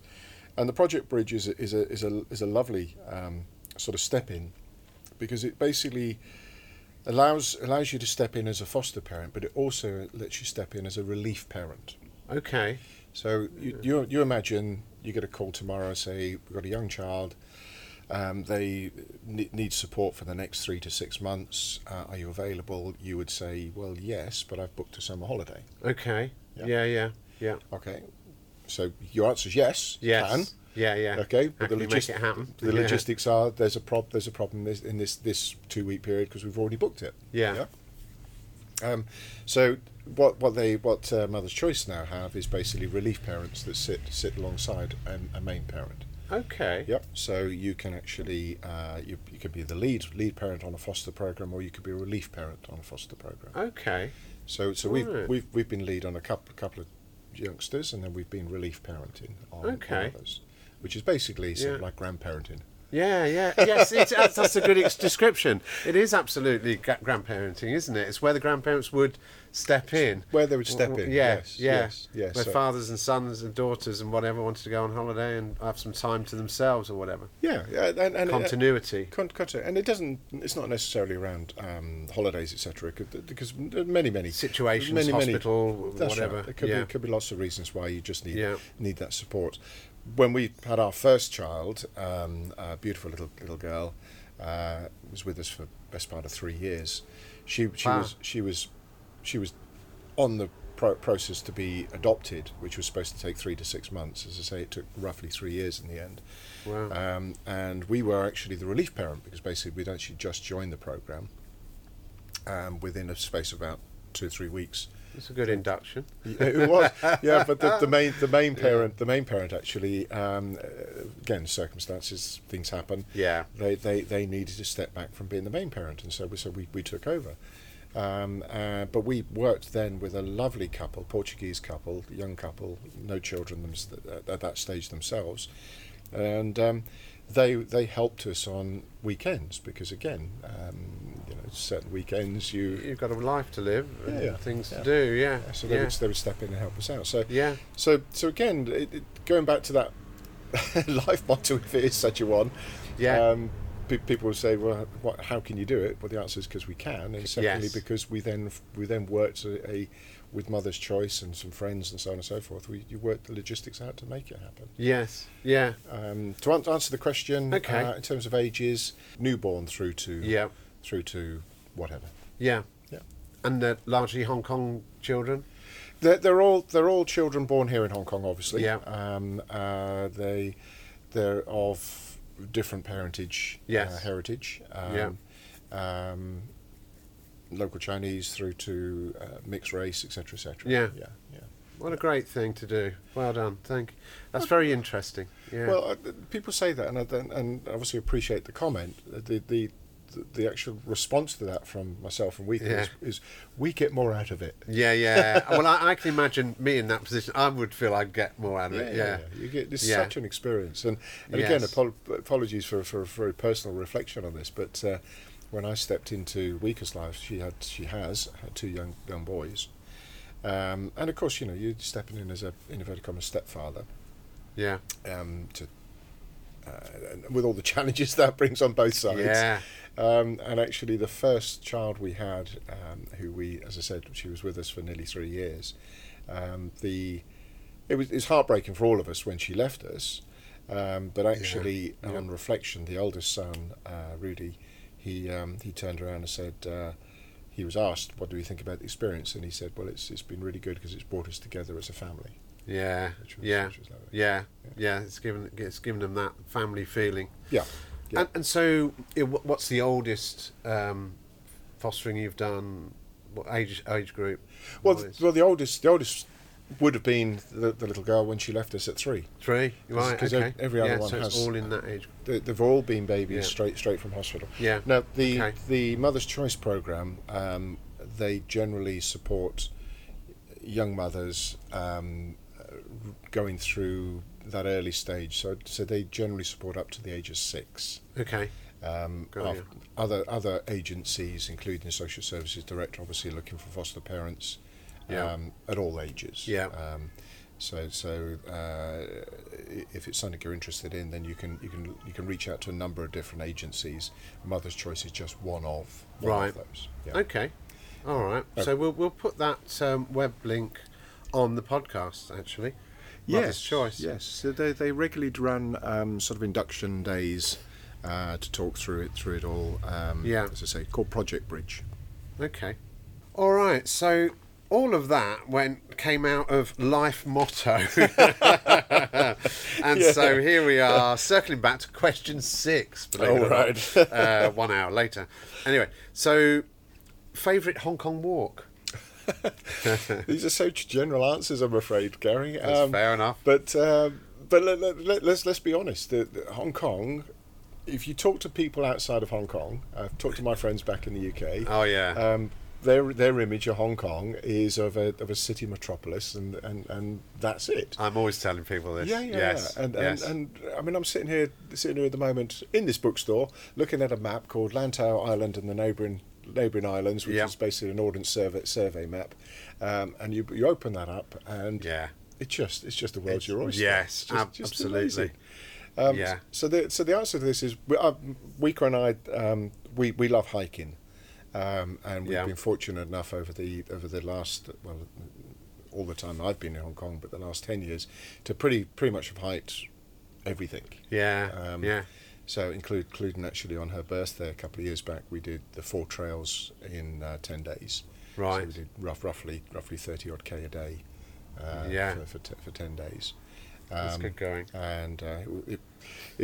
[SPEAKER 2] And the Project Bridge is a, is a is a is a lovely um, sort of step in, because it basically allows allows you to step in as a foster parent, but it also lets you step in as a relief parent.
[SPEAKER 1] Okay.
[SPEAKER 2] So you, you you imagine you get a call tomorrow, say we've got a young child, um, they ne- need support for the next three to six months. Uh, are you available? You would say, well, yes, but I've booked a summer holiday.
[SPEAKER 1] Okay.
[SPEAKER 2] Yeah.
[SPEAKER 1] Yeah. Yeah. Yeah.
[SPEAKER 2] Okay, so your answer is yes. you
[SPEAKER 1] Yes.
[SPEAKER 2] Can.
[SPEAKER 1] Yeah. Yeah.
[SPEAKER 2] Okay,
[SPEAKER 1] How
[SPEAKER 2] but
[SPEAKER 1] can
[SPEAKER 2] the,
[SPEAKER 1] you
[SPEAKER 2] logis-
[SPEAKER 1] make it happen?
[SPEAKER 2] the
[SPEAKER 1] Yeah.
[SPEAKER 2] logistics are there's a prob there's a problem this, in this this two week period because we've already booked it.
[SPEAKER 1] Yeah.
[SPEAKER 2] Yeah? Um, so what what they what uh, Mother's Choice now have is basically relief parents that sit sit alongside um, a main parent.
[SPEAKER 1] Okay.
[SPEAKER 2] Yep. So you can actually uh, you you could be the lead lead parent on a foster program, or you could be a relief parent on a foster program.
[SPEAKER 1] Okay.
[SPEAKER 2] So so we've
[SPEAKER 1] Right.
[SPEAKER 2] we've we've been lead on a couple couple of youngsters, and then we've been relief parenting on, on
[SPEAKER 1] Okay.
[SPEAKER 2] others, which is basically sort of
[SPEAKER 1] Yeah.
[SPEAKER 2] like grandparenting.
[SPEAKER 1] Yeah, yeah, yes. It's, that's, that's a good ex- description. It is absolutely gra- grandparenting, isn't it? It's where the grandparents would step in,
[SPEAKER 2] Where they would step
[SPEAKER 1] W-
[SPEAKER 2] in,
[SPEAKER 1] w- Yeah,
[SPEAKER 2] yes,
[SPEAKER 1] yeah,
[SPEAKER 2] yes, yes,
[SPEAKER 1] Where
[SPEAKER 2] so-
[SPEAKER 1] fathers and sons and daughters and whatever wanted to go on holiday and have some time to themselves or whatever.
[SPEAKER 2] Yeah, yeah, and, uh, and- and
[SPEAKER 1] Continuity.
[SPEAKER 2] Con- content- and it doesn't. It's not necessarily around um, holidays, etc. Because there are many, many
[SPEAKER 1] Situations,
[SPEAKER 2] many, many-
[SPEAKER 1] hospital,
[SPEAKER 2] that's right.
[SPEAKER 1] whatever,
[SPEAKER 2] There could
[SPEAKER 1] yeah.
[SPEAKER 2] be could be lots of reasons why you just need
[SPEAKER 1] Yeah.
[SPEAKER 2] need that support. When we had our first child, um, a beautiful little little girl, uh, was with us for best part of three years. She she
[SPEAKER 1] Wow.
[SPEAKER 2] was she was she was on the pro- process to be adopted, which was supposed to take three to six months. As I say, it took roughly three years in the end.
[SPEAKER 1] Wow.
[SPEAKER 2] Um, and we were actually the relief parent because basically we'd actually just joined the program um, within a space of about two or three weeks.
[SPEAKER 1] It's a good induction.
[SPEAKER 2] Yeah, (laughs) it was, yeah. But the, the main the main parent the main parent actually um, uh, again circumstances things happen.
[SPEAKER 1] Yeah.
[SPEAKER 2] They, they they needed to step back from being the main parent, and so we so we, we took over. Um, uh, but we worked then with a lovely couple, Portuguese couple, young couple, no children thems- at, at that stage themselves, and um, they they helped us on weekends because again, um, you know, certain weekends you
[SPEAKER 1] You've got a life to live, and
[SPEAKER 2] Yeah,
[SPEAKER 1] things
[SPEAKER 2] yeah.
[SPEAKER 1] to do. Yeah,
[SPEAKER 2] so they,
[SPEAKER 1] yeah.
[SPEAKER 2] would, they would step in and help us out. So
[SPEAKER 1] Yeah.
[SPEAKER 2] So so again, it, it, going back to that (laughs) life motto, if it is such a one.
[SPEAKER 1] Yeah.
[SPEAKER 2] Um, pe- people would say, well, what, how can you do it? Well, the answer is because we can, and secondly
[SPEAKER 1] Yes.
[SPEAKER 2] because we then we then worked a, a with Mother's Choice and some friends and so on and so forth. We you worked the logistics out to make it happen.
[SPEAKER 1] Yes, yeah,
[SPEAKER 2] Um, to an- answer the question,
[SPEAKER 1] Okay.
[SPEAKER 2] uh, in terms of ages, newborn through to
[SPEAKER 1] Yeah.
[SPEAKER 2] through to whatever.
[SPEAKER 1] yeah.
[SPEAKER 2] Yeah.
[SPEAKER 1] And they're largely Hong Kong children.
[SPEAKER 2] They're, they're all they're all children born here in Hong Kong, obviously.
[SPEAKER 1] Yeah.
[SPEAKER 2] Um, uh, they they're of different parentage. Uh,
[SPEAKER 1] Yes.
[SPEAKER 2] heritage.
[SPEAKER 1] Yeah.
[SPEAKER 2] Um, yeah. Um, local Chinese through to uh, mixed race, etc., etc.
[SPEAKER 1] Yeah.
[SPEAKER 2] Yeah. Yeah.
[SPEAKER 1] What a great thing to do. Well done. Thank. That's very interesting. Yeah.
[SPEAKER 2] Well, uh, people say that, and I don't, and I obviously appreciate the comment. The the the, the actual response to that from myself and we is, is we get more out of it.
[SPEAKER 1] Yeah,
[SPEAKER 2] (laughs)
[SPEAKER 1] yeah. well, I, I can imagine me in that position. I would feel I'd get more out of it. Yeah.
[SPEAKER 2] You get this is
[SPEAKER 1] Yeah.
[SPEAKER 2] such an experience, and, and again,
[SPEAKER 1] Yes.
[SPEAKER 2] apol- apologies for, for a very personal reflection on this, but uh, when I stepped into Weaker's life, she had she has had two young young boys, Um, and of course, you know, you're stepping in as a inverted commas stepfather
[SPEAKER 1] Yeah.
[SPEAKER 2] um, to uh, and with all the (laughs) challenges that brings on both sides.
[SPEAKER 1] Yeah.
[SPEAKER 2] Um, and actually, the first child we had, um, who we, as I said, she was with us for nearly three years. Um, the it was it's heartbreaking for all of us when she left us, um, but actually, on reflection, the oldest son, uh, Rudy, he um, he turned around and said. Uh, he was asked, "What do we think about the experience?" And he said, "Well, it's it's been really good because it's brought us together as a family."
[SPEAKER 1] Yeah.
[SPEAKER 2] Which was,
[SPEAKER 1] Yeah.
[SPEAKER 2] which was lovely.
[SPEAKER 1] Yeah. Yeah. It's given it's given them that family feeling.
[SPEAKER 2] Yeah. Yeah.
[SPEAKER 1] And, and so, i- wh- what's the oldest um, fostering you've done? What age age group?
[SPEAKER 2] Well,
[SPEAKER 1] What
[SPEAKER 2] the,
[SPEAKER 1] is-
[SPEAKER 2] well, the oldest, the oldest would have been the, the little girl when she left us at three.
[SPEAKER 1] three. Right.
[SPEAKER 2] 'cause ev-
[SPEAKER 1] okay.
[SPEAKER 2] every other
[SPEAKER 1] yeah,
[SPEAKER 2] one
[SPEAKER 1] so it's
[SPEAKER 2] has-
[SPEAKER 1] all in that age.
[SPEAKER 2] They, they've all been babies
[SPEAKER 1] Yeah.
[SPEAKER 2] straight straight from hospital.
[SPEAKER 1] Yeah.
[SPEAKER 2] Now the
[SPEAKER 1] Okay.
[SPEAKER 2] the Mother's Choice program, um, they generally support young mothers um, uh, going through that early stage. So so they generally support up to the age of six.
[SPEAKER 1] Okay.
[SPEAKER 2] Um,
[SPEAKER 1] Got
[SPEAKER 2] of-
[SPEAKER 1] you.
[SPEAKER 2] Other other agencies, including the Social Services Director, obviously looking for foster parents
[SPEAKER 1] Yeah.
[SPEAKER 2] um, at all ages.
[SPEAKER 1] Yeah.
[SPEAKER 2] Um, so so uh, i- if it's something you're interested in, then you can you can you can reach out to a number of different agencies. Mother's Choice is just one of one
[SPEAKER 1] Right. Oh,
[SPEAKER 2] of those. Yeah. Uh,
[SPEAKER 1] Okay. All right. So we'll we'll put that um, web link on the podcast. Actually. Mother's choice.
[SPEAKER 2] Yes, so they, they regularly run um, sort of induction days uh, to talk through it through it all. Um,
[SPEAKER 1] Yeah.
[SPEAKER 2] as I say, called Project Bridge.
[SPEAKER 1] Okay. All right. So all of that went came out of life motto, (laughs) and so here we are circling back to question six. believe it
[SPEAKER 2] All
[SPEAKER 1] or not, uh, one hour later. Anyway, so favorite Hong Kong
[SPEAKER 2] (laughs)
[SPEAKER 1] walk. (laughs)
[SPEAKER 2] These are such general answers, I'm afraid, Gary.
[SPEAKER 1] That's fair enough.
[SPEAKER 2] But um, but let, let, let, let's let's be honest. The, the Hong Kong. If you talk to people outside of Hong Kong, I've talked to my friends back in the UK.
[SPEAKER 1] Oh, yeah.
[SPEAKER 2] Um, their their image of Hong Kong is of a of a city metropolis, and and, and that's it.
[SPEAKER 1] I'm always telling people this.
[SPEAKER 2] Yeah, yeah,
[SPEAKER 1] yes,
[SPEAKER 2] yeah. And,
[SPEAKER 1] yes.
[SPEAKER 2] and and I mean, I'm sitting here sitting here at the moment in this bookstore, looking at a map called Lantau Island and the neighbouring neighbouring islands, which
[SPEAKER 1] Yeah.
[SPEAKER 2] is basically an ordnance survey survey map. Um, and you you open that up, and
[SPEAKER 1] Yeah.
[SPEAKER 2] it just it's just the world's your oyster.
[SPEAKER 1] yes,
[SPEAKER 2] It's just-
[SPEAKER 1] ab-
[SPEAKER 2] just
[SPEAKER 1] absolutely.
[SPEAKER 2] amazing. Um,
[SPEAKER 1] Yeah.
[SPEAKER 2] So the so the answer to this is we, uh, Weaker and I um, we we love hiking, um, and we've
[SPEAKER 1] Yeah.
[SPEAKER 2] been fortunate enough over the over the last well, all the time I've been in Hong Kong, but the last ten years to pretty pretty much have hiked everything.
[SPEAKER 1] yeah,
[SPEAKER 2] Um,
[SPEAKER 1] yeah,
[SPEAKER 2] So include, including actually on her birthday a couple of years back, we did the four trails in uh, ten days. So
[SPEAKER 1] Right.
[SPEAKER 2] we did rough, roughly roughly thirty odd k a day. Uh,
[SPEAKER 1] Yeah.
[SPEAKER 2] For, for, t- for ten days.
[SPEAKER 1] that's
[SPEAKER 2] Um,
[SPEAKER 1] good going.
[SPEAKER 2] and uh, it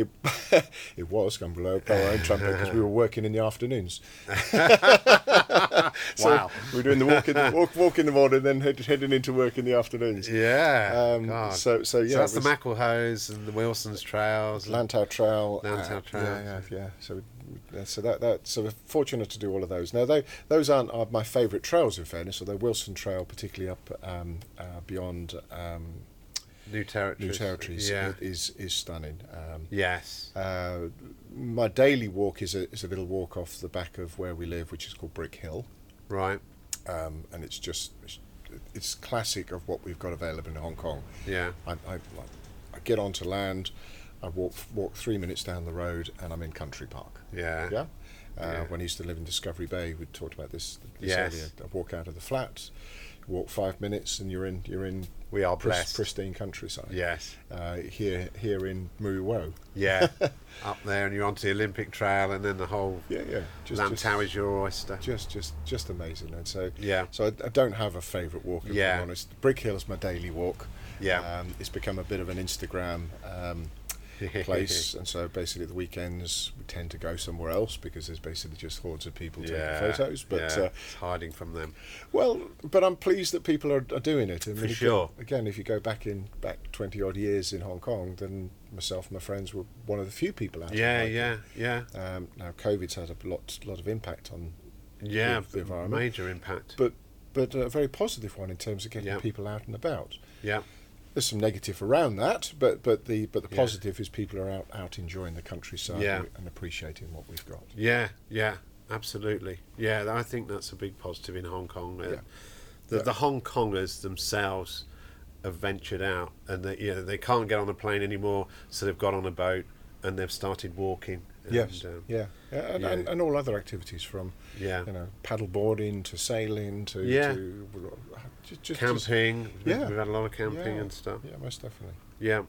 [SPEAKER 2] it it, (laughs) it was going to blow up our own trumpet because we were working in the afternoons. (laughs) So
[SPEAKER 1] Wow.
[SPEAKER 2] we were doing the walk in the, walk, walk in the morning, then head, heading into work in the afternoons.
[SPEAKER 1] Yeah.
[SPEAKER 2] Um,
[SPEAKER 1] God.
[SPEAKER 2] so so yeah,
[SPEAKER 1] so that's
[SPEAKER 2] it
[SPEAKER 1] the
[SPEAKER 2] was
[SPEAKER 1] Macklehose and the Wilson's Trails. and-
[SPEAKER 2] Lantau Trail. uh,
[SPEAKER 1] Lantau Trail,
[SPEAKER 2] Yeah, yeah, yeah. So we- yeah, so that that so we're fortunate to do all of those. Now though those aren't are my favourite trails in fairness. Although Wilson Trail, particularly up um, uh, beyond um,
[SPEAKER 1] New territories.
[SPEAKER 2] New Territories,
[SPEAKER 1] Yeah.
[SPEAKER 2] i- is is stunning. Um,
[SPEAKER 1] yes.
[SPEAKER 2] Uh, my daily walk is a, is a little walk off the back of where we live, which is called Brick Hill,
[SPEAKER 1] Right.
[SPEAKER 2] um, and it's just it's, it's classic of what we've got available in Hong Kong.
[SPEAKER 1] Yeah.
[SPEAKER 2] I, I, I get onto land, I walk walk three minutes down the road, and I'm in Country Park.
[SPEAKER 1] Yeah.
[SPEAKER 2] Yeah. Uh,
[SPEAKER 1] Yeah.
[SPEAKER 2] When I used to live in Discovery Bay, we talked about this, this
[SPEAKER 1] Yes.
[SPEAKER 2] earlier. I walk out of the flat, walk five minutes, and you're in you're in
[SPEAKER 1] We are
[SPEAKER 2] pris-
[SPEAKER 1] blessed.
[SPEAKER 2] pristine countryside. (laughs)
[SPEAKER 1] Yes.
[SPEAKER 2] Uh, here here in Mui Wo.
[SPEAKER 1] Yeah. Up there, and you're onto the Olympic Trail, and then the whole
[SPEAKER 2] Yeah, yeah.
[SPEAKER 1] Lantau is your oyster.
[SPEAKER 2] just just just amazing and so
[SPEAKER 1] Yeah.
[SPEAKER 2] so I, I don't have a favorite walk if
[SPEAKER 1] Yeah.
[SPEAKER 2] i'm honest brick hill is my daily walk
[SPEAKER 1] Yeah.
[SPEAKER 2] um, it's become a bit of an instagram
[SPEAKER 1] (laughs)
[SPEAKER 2] um, place and so basically the weekends we tend to go somewhere else because there's basically just hordes of people
[SPEAKER 1] yeah.
[SPEAKER 2] taking photos but
[SPEAKER 1] yeah.
[SPEAKER 2] uh,
[SPEAKER 1] it's hiding from them.
[SPEAKER 2] well but i'm pleased that people are, are doing it and
[SPEAKER 1] For
[SPEAKER 2] if you-
[SPEAKER 1] sure.
[SPEAKER 2] again if you go back in back 20 odd years in hong kong then myself and my friends were one of the few people out
[SPEAKER 1] Yeah.
[SPEAKER 2] hiking.
[SPEAKER 1] Yeah. Yeah.
[SPEAKER 2] um, now covid's had a lot lot of impact on
[SPEAKER 1] Yeah.
[SPEAKER 2] the environment.
[SPEAKER 1] major impact.
[SPEAKER 2] but but a very positive one in terms of getting
[SPEAKER 1] Yeah.
[SPEAKER 2] people out and about.
[SPEAKER 1] yeah.
[SPEAKER 2] There's some negative around that, but but the but the
[SPEAKER 1] Yeah.
[SPEAKER 2] positive is people are out, out enjoying the countryside
[SPEAKER 1] Yeah.
[SPEAKER 2] and- and appreciating what we've got.
[SPEAKER 1] Yeah, yeah, absolutely. Yeah, I think that's a big positive in Hong Kong. Uh,
[SPEAKER 2] Yeah.
[SPEAKER 1] The The, the Hong Kongers themselves have ventured out, and they, you know, they can't get on a plane anymore, so they've got on a boat and they've started walking. And,
[SPEAKER 2] Yes.
[SPEAKER 1] um,
[SPEAKER 2] yeah. Yeah, And,
[SPEAKER 1] yeah.
[SPEAKER 2] And, and all other activities from
[SPEAKER 1] Yeah.
[SPEAKER 2] you know paddleboarding to sailing to
[SPEAKER 1] Yeah.
[SPEAKER 2] to just, just, just-
[SPEAKER 1] camping. we-
[SPEAKER 2] yeah.
[SPEAKER 1] We've had a lot of camping
[SPEAKER 2] yeah.
[SPEAKER 1] and stuff.
[SPEAKER 2] Yeah, most definitely.
[SPEAKER 1] Yeah.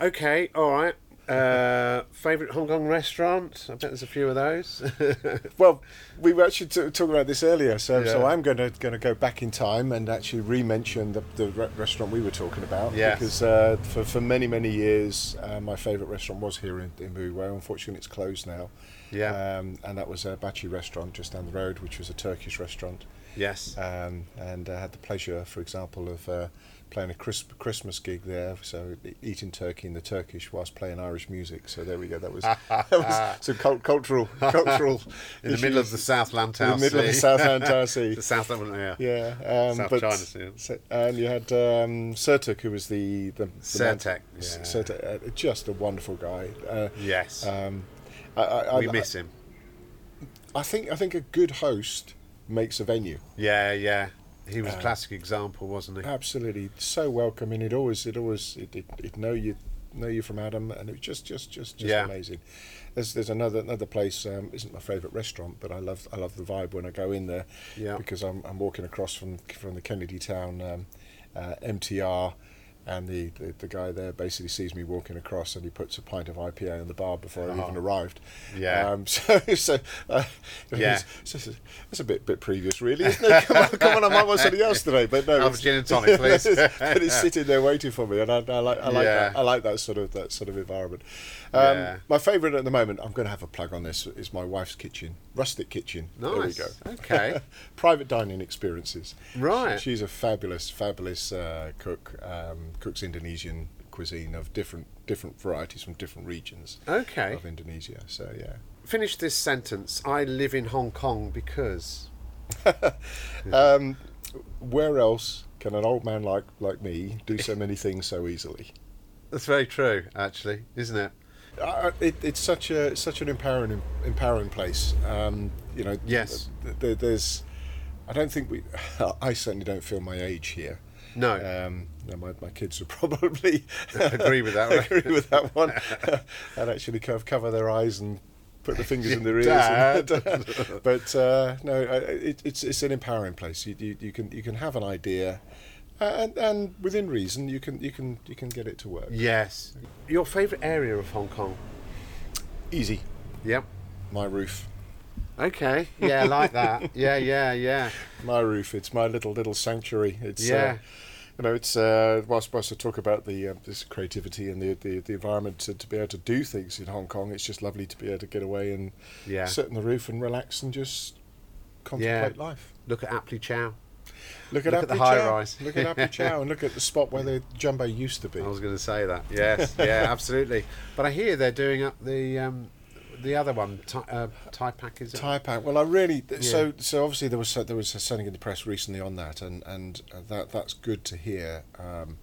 [SPEAKER 1] Okay. All right. Uh, (laughs) favorite Hong Kong restaurant? I bet there's a few of those. (laughs)
[SPEAKER 2] Well, we were actually t- talking about this earlier, so, so
[SPEAKER 1] Yeah.
[SPEAKER 2] I'm going to going to go back in time and actually re-mention the, the re- restaurant we were talking about.
[SPEAKER 1] Yes.
[SPEAKER 2] Because uh, for, for many many years, uh, my favourite restaurant was here in, in Bui Wai. Unfortunately, it's closed now.
[SPEAKER 1] Yeah.
[SPEAKER 2] Um, and that was a Bachi restaurant just down the road, which was a Turkish restaurant.
[SPEAKER 1] yes.
[SPEAKER 2] Um, and I had the pleasure, for example, of uh, playing a crisp Christmas gig there. So e- eating turkey in the Turkish whilst playing Irish music. So there we go. That was, (laughs)
[SPEAKER 1] (laughs)
[SPEAKER 2] that was some cult- cultural cultural
[SPEAKER 1] in the middle of
[SPEAKER 2] issues.
[SPEAKER 1] the South
[SPEAKER 2] in
[SPEAKER 1] Lantau
[SPEAKER 2] the middle of the
[SPEAKER 1] Sea.
[SPEAKER 2] South
[SPEAKER 1] (laughs)
[SPEAKER 2] Antara Sea.
[SPEAKER 1] the South Lantau, yeah. (laughs)
[SPEAKER 2] Yeah, um,
[SPEAKER 1] South
[SPEAKER 2] but
[SPEAKER 1] China Sea.
[SPEAKER 2] so- and you had um, Sertuk, who was the the, the man-
[SPEAKER 1] Sertek,
[SPEAKER 2] S-
[SPEAKER 1] yeah.
[SPEAKER 2] Sertek, uh, just a wonderful guy. Uh,
[SPEAKER 1] Yes.
[SPEAKER 2] um, I, I,
[SPEAKER 1] we
[SPEAKER 2] I,
[SPEAKER 1] miss him.
[SPEAKER 2] I think I think a good host makes a venue.
[SPEAKER 1] Yeah, yeah. He was a classic example, wasn't he?
[SPEAKER 2] absolutely so welcoming. It always, it always, it, it, it know you, know you from Adam, and it was just, just, just, just
[SPEAKER 1] Yeah.
[SPEAKER 2] amazing. There's, there's another, another place. Um, isn't my favourite restaurant, but I love, I love the vibe when I go in there.
[SPEAKER 1] Yeah.
[SPEAKER 2] Because I'm, I'm walking across from, from the Kennedy Town, um, uh, MTR. And the, the, the guy there basically sees me walking across, and he puts a pint of IPA on the bar before I even arrived.
[SPEAKER 1] Oh. Yeah.
[SPEAKER 2] Um, (laughs) so so uh,
[SPEAKER 1] Yeah.
[SPEAKER 2] it's, it's, it's a bit bit previous, really, isn't it? (laughs) Come on, come on I might want something else today, but no,
[SPEAKER 1] Have a
[SPEAKER 2] it's-
[SPEAKER 1] gin and tonic, please.
[SPEAKER 2] (laughs) but it's sitting there waiting for me, and I, I like, I like
[SPEAKER 1] Yeah.
[SPEAKER 2] that. I like that sort of that sort of environment. Um,
[SPEAKER 1] Yeah.
[SPEAKER 2] My favourite at the moment, I'm going to have a plug on this, is my wife's kitchen, rustic kitchen. There we
[SPEAKER 1] Nice.
[SPEAKER 2] go.
[SPEAKER 1] (laughs) Okay.
[SPEAKER 2] Private dining experiences.
[SPEAKER 1] Right.
[SPEAKER 2] She- she's a fabulous, fabulous uh, cook. Um, cooks Indonesian cuisine of different different varieties from different regions
[SPEAKER 1] Okay.
[SPEAKER 2] of Indonesia. So yeah.
[SPEAKER 1] Finish this sentence. I live in Hong Kong because.
[SPEAKER 2] Um, where else can an old man like like me do so many things so easily?
[SPEAKER 1] That's very true, actually, isn't it?
[SPEAKER 2] Uh, it, it's such a it's such an empowering empowering place. Um, you know.
[SPEAKER 1] Yes.
[SPEAKER 2] th- th- there's. I don't think we. (laughs) I certainly don't feel my age here.
[SPEAKER 1] No.
[SPEAKER 2] Um, no, my, my kids would (laughs) probably
[SPEAKER 1] (laughs) Agree with
[SPEAKER 2] (laughs)
[SPEAKER 1] that one.
[SPEAKER 2] agree with
[SPEAKER 1] (laughs)
[SPEAKER 2] that one, (laughs) and actually kind of cover their eyes and
[SPEAKER 1] (laughs)
[SPEAKER 2] put the fingers in their ears.
[SPEAKER 1] Dad. (laughs)
[SPEAKER 2] and- (laughs) but uh, no, I- I- it, it's it's an empowering place. You, you, you can you can have an idea, and, and within reason, you can you can you can get it to work.
[SPEAKER 1] Yes. Your favourite area of Hong Kong?
[SPEAKER 2] Easy.
[SPEAKER 1] Yep.
[SPEAKER 2] My roof.
[SPEAKER 1] Okay. Yeah, I like (laughs) that. Yeah, yeah, yeah.
[SPEAKER 2] my roof. It's my little little sanctuary. It's
[SPEAKER 1] Yeah.
[SPEAKER 2] Uh, you know, it's uh, whilst whilst I talk about the uh, this creativity and the, the the environment to, to be able to do things in Hong Kong, it's just lovely to be able to get away and
[SPEAKER 1] Yeah.
[SPEAKER 2] sit on the roof and relax and just contemplate life.
[SPEAKER 1] Look at Aptly Chow.
[SPEAKER 2] Look at,
[SPEAKER 1] Look at the
[SPEAKER 2] Apple
[SPEAKER 1] high
[SPEAKER 2] Chow.
[SPEAKER 1] rise. Oh,
[SPEAKER 2] Look at Apple Chow and look at the spot where the jumbo used to be.
[SPEAKER 1] I was going to say that. (laughs) Yes. Yeah, absolutely. But I hear they're doing up the um, the other one, Ti uh, Thai Pack, is it?
[SPEAKER 2] Tie pack. Well, I really th-
[SPEAKER 1] Yeah.
[SPEAKER 2] so so obviously there was so- there was something in the press recently on that, and and uh, that that's good to hear. Um,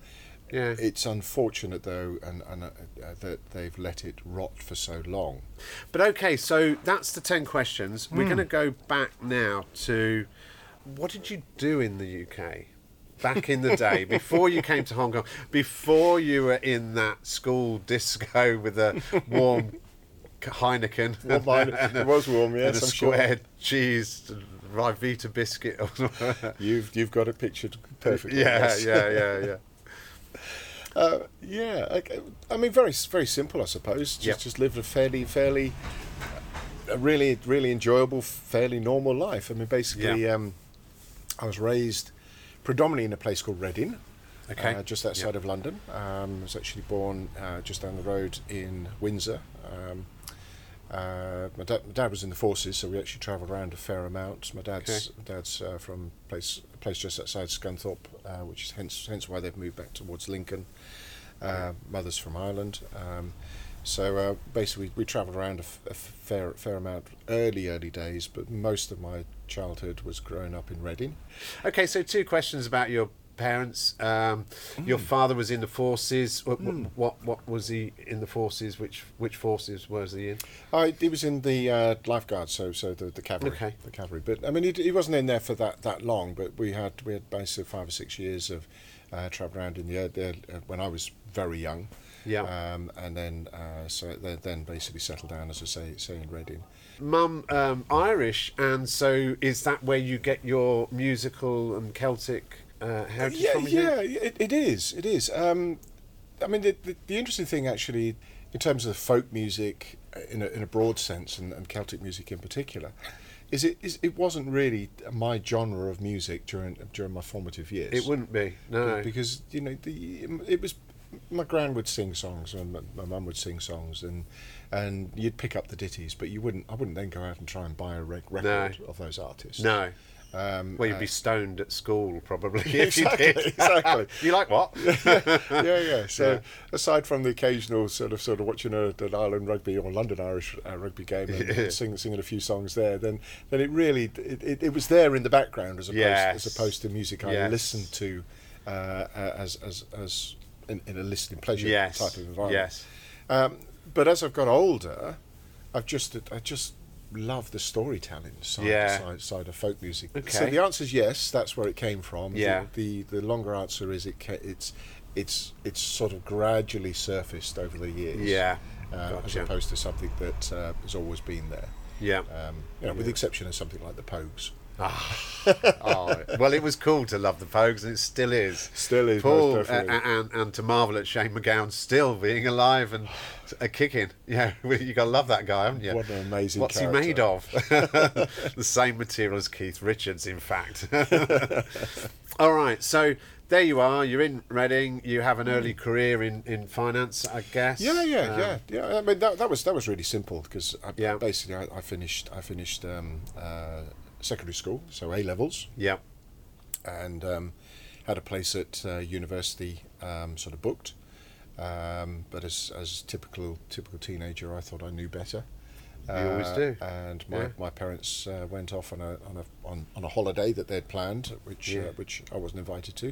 [SPEAKER 1] Yeah.
[SPEAKER 2] It's unfortunate though, and and uh, uh, that they've let it rot for so long.
[SPEAKER 1] But okay, so that's the 10 questions. We're
[SPEAKER 2] Hmm.
[SPEAKER 1] going to go back now to what did you do in the UK? Back in the
[SPEAKER 2] (laughs)
[SPEAKER 1] day, before you came to Hong Kong, before you were in that school disco with a
[SPEAKER 2] (laughs)
[SPEAKER 1] warm Heineken,
[SPEAKER 2] Warm Heine- (laughs)
[SPEAKER 1] and a-
[SPEAKER 2] it was warm,
[SPEAKER 1] and
[SPEAKER 2] yes,
[SPEAKER 1] a
[SPEAKER 2] I'm sure.
[SPEAKER 1] square cheese Rivita biscuit, or something.
[SPEAKER 2] (laughs) You've you've got it pictured perfectly.
[SPEAKER 1] (laughs) yeah,
[SPEAKER 2] yes.
[SPEAKER 1] yeah, yeah, yeah.
[SPEAKER 2] Uh, yeah. okay. I mean, very s- very simple, I suppose. Just
[SPEAKER 1] Yep.
[SPEAKER 2] just lived a fairly fairly, a really really enjoyable, fairly normal life. I mean, basically,
[SPEAKER 1] Yeah.
[SPEAKER 2] um, I was raised predominantly in a place called Reading.
[SPEAKER 1] Okay.
[SPEAKER 2] Uh, just outside
[SPEAKER 1] Yep.
[SPEAKER 2] of London. Um, I was actually born uh, just down the road in Windsor. Um, uh, my, dad, my dad was in the forces, so we actually travelled around a fair amount. My dad's my dad's uh, from a place a place just outside Scunthorpe, uh, which is hence hence why they've moved back towards Lincoln. Uh, mother's from Ireland, um, so uh, basically we travelled around a, f- a fair fair amount early early days, but most of my childhood was growing up in Reading.
[SPEAKER 1] Okay, so two questions about your parents. Um,
[SPEAKER 2] Hmm.
[SPEAKER 1] Your father was in the forces. What, what what was he in the forces? Which which forces was he in?
[SPEAKER 2] I, he was in the uh, lifeguards, so so the, the cavalry,
[SPEAKER 1] Okay.
[SPEAKER 2] the cavalry. But I mean, he, d- he wasn't in there for that, that long. But we had we had basically five or six years of uh, travel around in the air there, uh, when I was very young.
[SPEAKER 1] Yeah.
[SPEAKER 2] Um, and then uh, so then, then basically settled down, as I say, say in Reading.
[SPEAKER 1] Mum um, Irish, and so is that where you get your musical and Celtic uh, heritage
[SPEAKER 2] yeah,
[SPEAKER 1] from? you
[SPEAKER 2] yeah,
[SPEAKER 1] think?
[SPEAKER 2] it, it is. It is. Um, I mean, the, the, the interesting thing, actually, in terms of folk music uh, in a, in a broad sense, and, and Celtic music in particular, is it is it wasn't really my genre of music during during my formative years.
[SPEAKER 1] It wouldn't be no.
[SPEAKER 2] because you know the um, it was my gran would sing songs and my, my mum would sing songs and and you'd pick up the ditties, but you wouldn't. I wouldn't then go out and try and buy a rec- record of those artists.
[SPEAKER 1] No.
[SPEAKER 2] Um,
[SPEAKER 1] Well, you'd be stoned at school
[SPEAKER 2] (laughs)
[SPEAKER 1] probably if
[SPEAKER 2] Exactly,
[SPEAKER 1] you did.
[SPEAKER 2] exactly.
[SPEAKER 1] (laughs) you like what?
[SPEAKER 2] (laughs) yeah, yeah. So
[SPEAKER 1] Yeah.
[SPEAKER 2] aside from the occasional sort of sort of watching a, an Ireland rugby or London Irish uh, rugby game and
[SPEAKER 1] (laughs) Yeah.
[SPEAKER 2] sing, singing a few songs there, then then it really it, it, it was there in the background as opposed
[SPEAKER 1] Yes.
[SPEAKER 2] as opposed to music I
[SPEAKER 1] Yes.
[SPEAKER 2] listened to uh, uh, as as as in, in a listening pleasure
[SPEAKER 1] Yes.
[SPEAKER 2] type of environment.
[SPEAKER 1] Yes.
[SPEAKER 2] Um, but as I've got older, I've just I just love the storytelling side,
[SPEAKER 1] Yeah.
[SPEAKER 2] side, side of folk music. So
[SPEAKER 1] Okay.
[SPEAKER 2] the answer is yes. That's where it came from. The-
[SPEAKER 1] Yeah.
[SPEAKER 2] The the, longer answer is it ca- it's it's it's sort of gradually surfaced over the years.
[SPEAKER 1] Yeah.
[SPEAKER 2] Uh, As
[SPEAKER 1] Gotcha.
[SPEAKER 2] opposed to something that uh, has always been there.
[SPEAKER 1] Yeah.
[SPEAKER 2] Um, you know, with the exception of something like the Pogues.
[SPEAKER 1] oh, well, it was cool to love the Pogues, and it still is.
[SPEAKER 2] Still is, most
[SPEAKER 1] Paul, uh,
[SPEAKER 2] definitely.
[SPEAKER 1] and, and to marvel at Shane McGowan still being alive
[SPEAKER 2] (sighs)
[SPEAKER 1] and uh, kicking. Yeah, (laughs) well, you got to love that guy, haven't you?
[SPEAKER 2] What an amazing
[SPEAKER 1] What's
[SPEAKER 2] character.
[SPEAKER 1] he made
[SPEAKER 2] (laughs)
[SPEAKER 1] of? (laughs) the same material as Keith Richards, in fact. (laughs) All right, so there you are. You're in Reading. You have an early career in, in finance, I guess.
[SPEAKER 2] Yeah, yeah,
[SPEAKER 1] Um,
[SPEAKER 2] yeah, yeah. I mean, that, that was that was really simple because I,
[SPEAKER 1] Yeah.
[SPEAKER 2] basically I, I finished I finished um, uh, secondary school, so A levels,
[SPEAKER 1] Yeah.
[SPEAKER 2] and um, had a place at uh, university um, sort of booked. Um, but as as typical typical teenager, I thought I knew better. Uh,
[SPEAKER 1] You always do.
[SPEAKER 2] And my,
[SPEAKER 1] Yeah.
[SPEAKER 2] my parents uh, went off on a on a on, on a holiday that they'd planned, which
[SPEAKER 1] Yeah.
[SPEAKER 2] uh, which I wasn't invited to.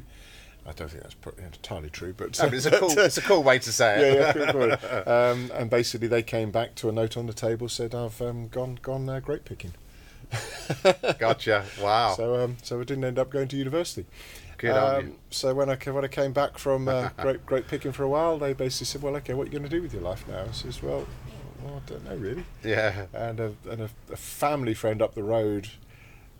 [SPEAKER 2] I don't think that's pro- entirely true, but
[SPEAKER 1] I mean, it's, a
[SPEAKER 2] (laughs)
[SPEAKER 1] cool, it's a cool way to say it.
[SPEAKER 2] yeah, yeah, good point. Um, and basically, they came back to a note on the table said, "I've um, gone gone uh, grape picking."
[SPEAKER 1] (laughs) Gotcha. Wow.
[SPEAKER 2] So um, so I didn't end up going to university.
[SPEAKER 1] Good on you.
[SPEAKER 2] Um, So when I ca- when I came back from uh, (laughs) grape grape picking for a while, they basically said, "Well, okay, what are you going to do with your life now?" I says, "Well, well, I don't know really."
[SPEAKER 1] yeah.
[SPEAKER 2] And a, and a, a family friend up the road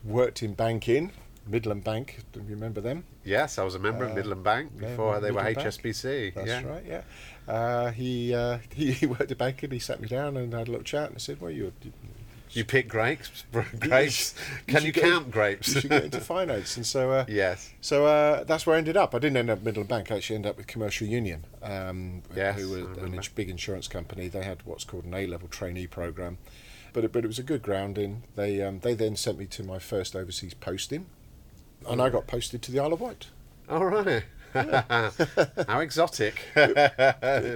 [SPEAKER 2] worked in banking, Midland Bank. Do you remember them?
[SPEAKER 1] Yes, I was a member of
[SPEAKER 2] Uh,
[SPEAKER 1] Midland Bank
[SPEAKER 2] member
[SPEAKER 1] before
[SPEAKER 2] of
[SPEAKER 1] they were
[SPEAKER 2] Midland Bank.
[SPEAKER 1] HSBC.
[SPEAKER 2] That's
[SPEAKER 1] yeah.
[SPEAKER 2] right. Yeah. Uh, he, uh, (laughs) he he worked at bank and he sat me down and had a little chat and I said, "Well, you, you,
[SPEAKER 1] You pick grapes, (laughs) grapes.
[SPEAKER 2] you
[SPEAKER 1] Can
[SPEAKER 2] should
[SPEAKER 1] you
[SPEAKER 2] get-
[SPEAKER 1] count
[SPEAKER 2] you
[SPEAKER 1] grapes?
[SPEAKER 2] should get into finance." And so, uh,
[SPEAKER 1] (laughs) yes.
[SPEAKER 2] so uh, that's where I ended up. I didn't end up at Midland Bank. I actually ended up with Commercial Union, um,
[SPEAKER 1] Yes,
[SPEAKER 2] who
[SPEAKER 1] I
[SPEAKER 2] were an
[SPEAKER 1] remember.
[SPEAKER 2] ins- big insurance company. They had what's called an A-level trainee program, but it, but it was a good grounding. They um, they then sent me to my first overseas posting, and I got posted to the Isle of Wight.
[SPEAKER 1] All right. (laughs) How
[SPEAKER 2] (laughs)
[SPEAKER 1] exotic (laughs) in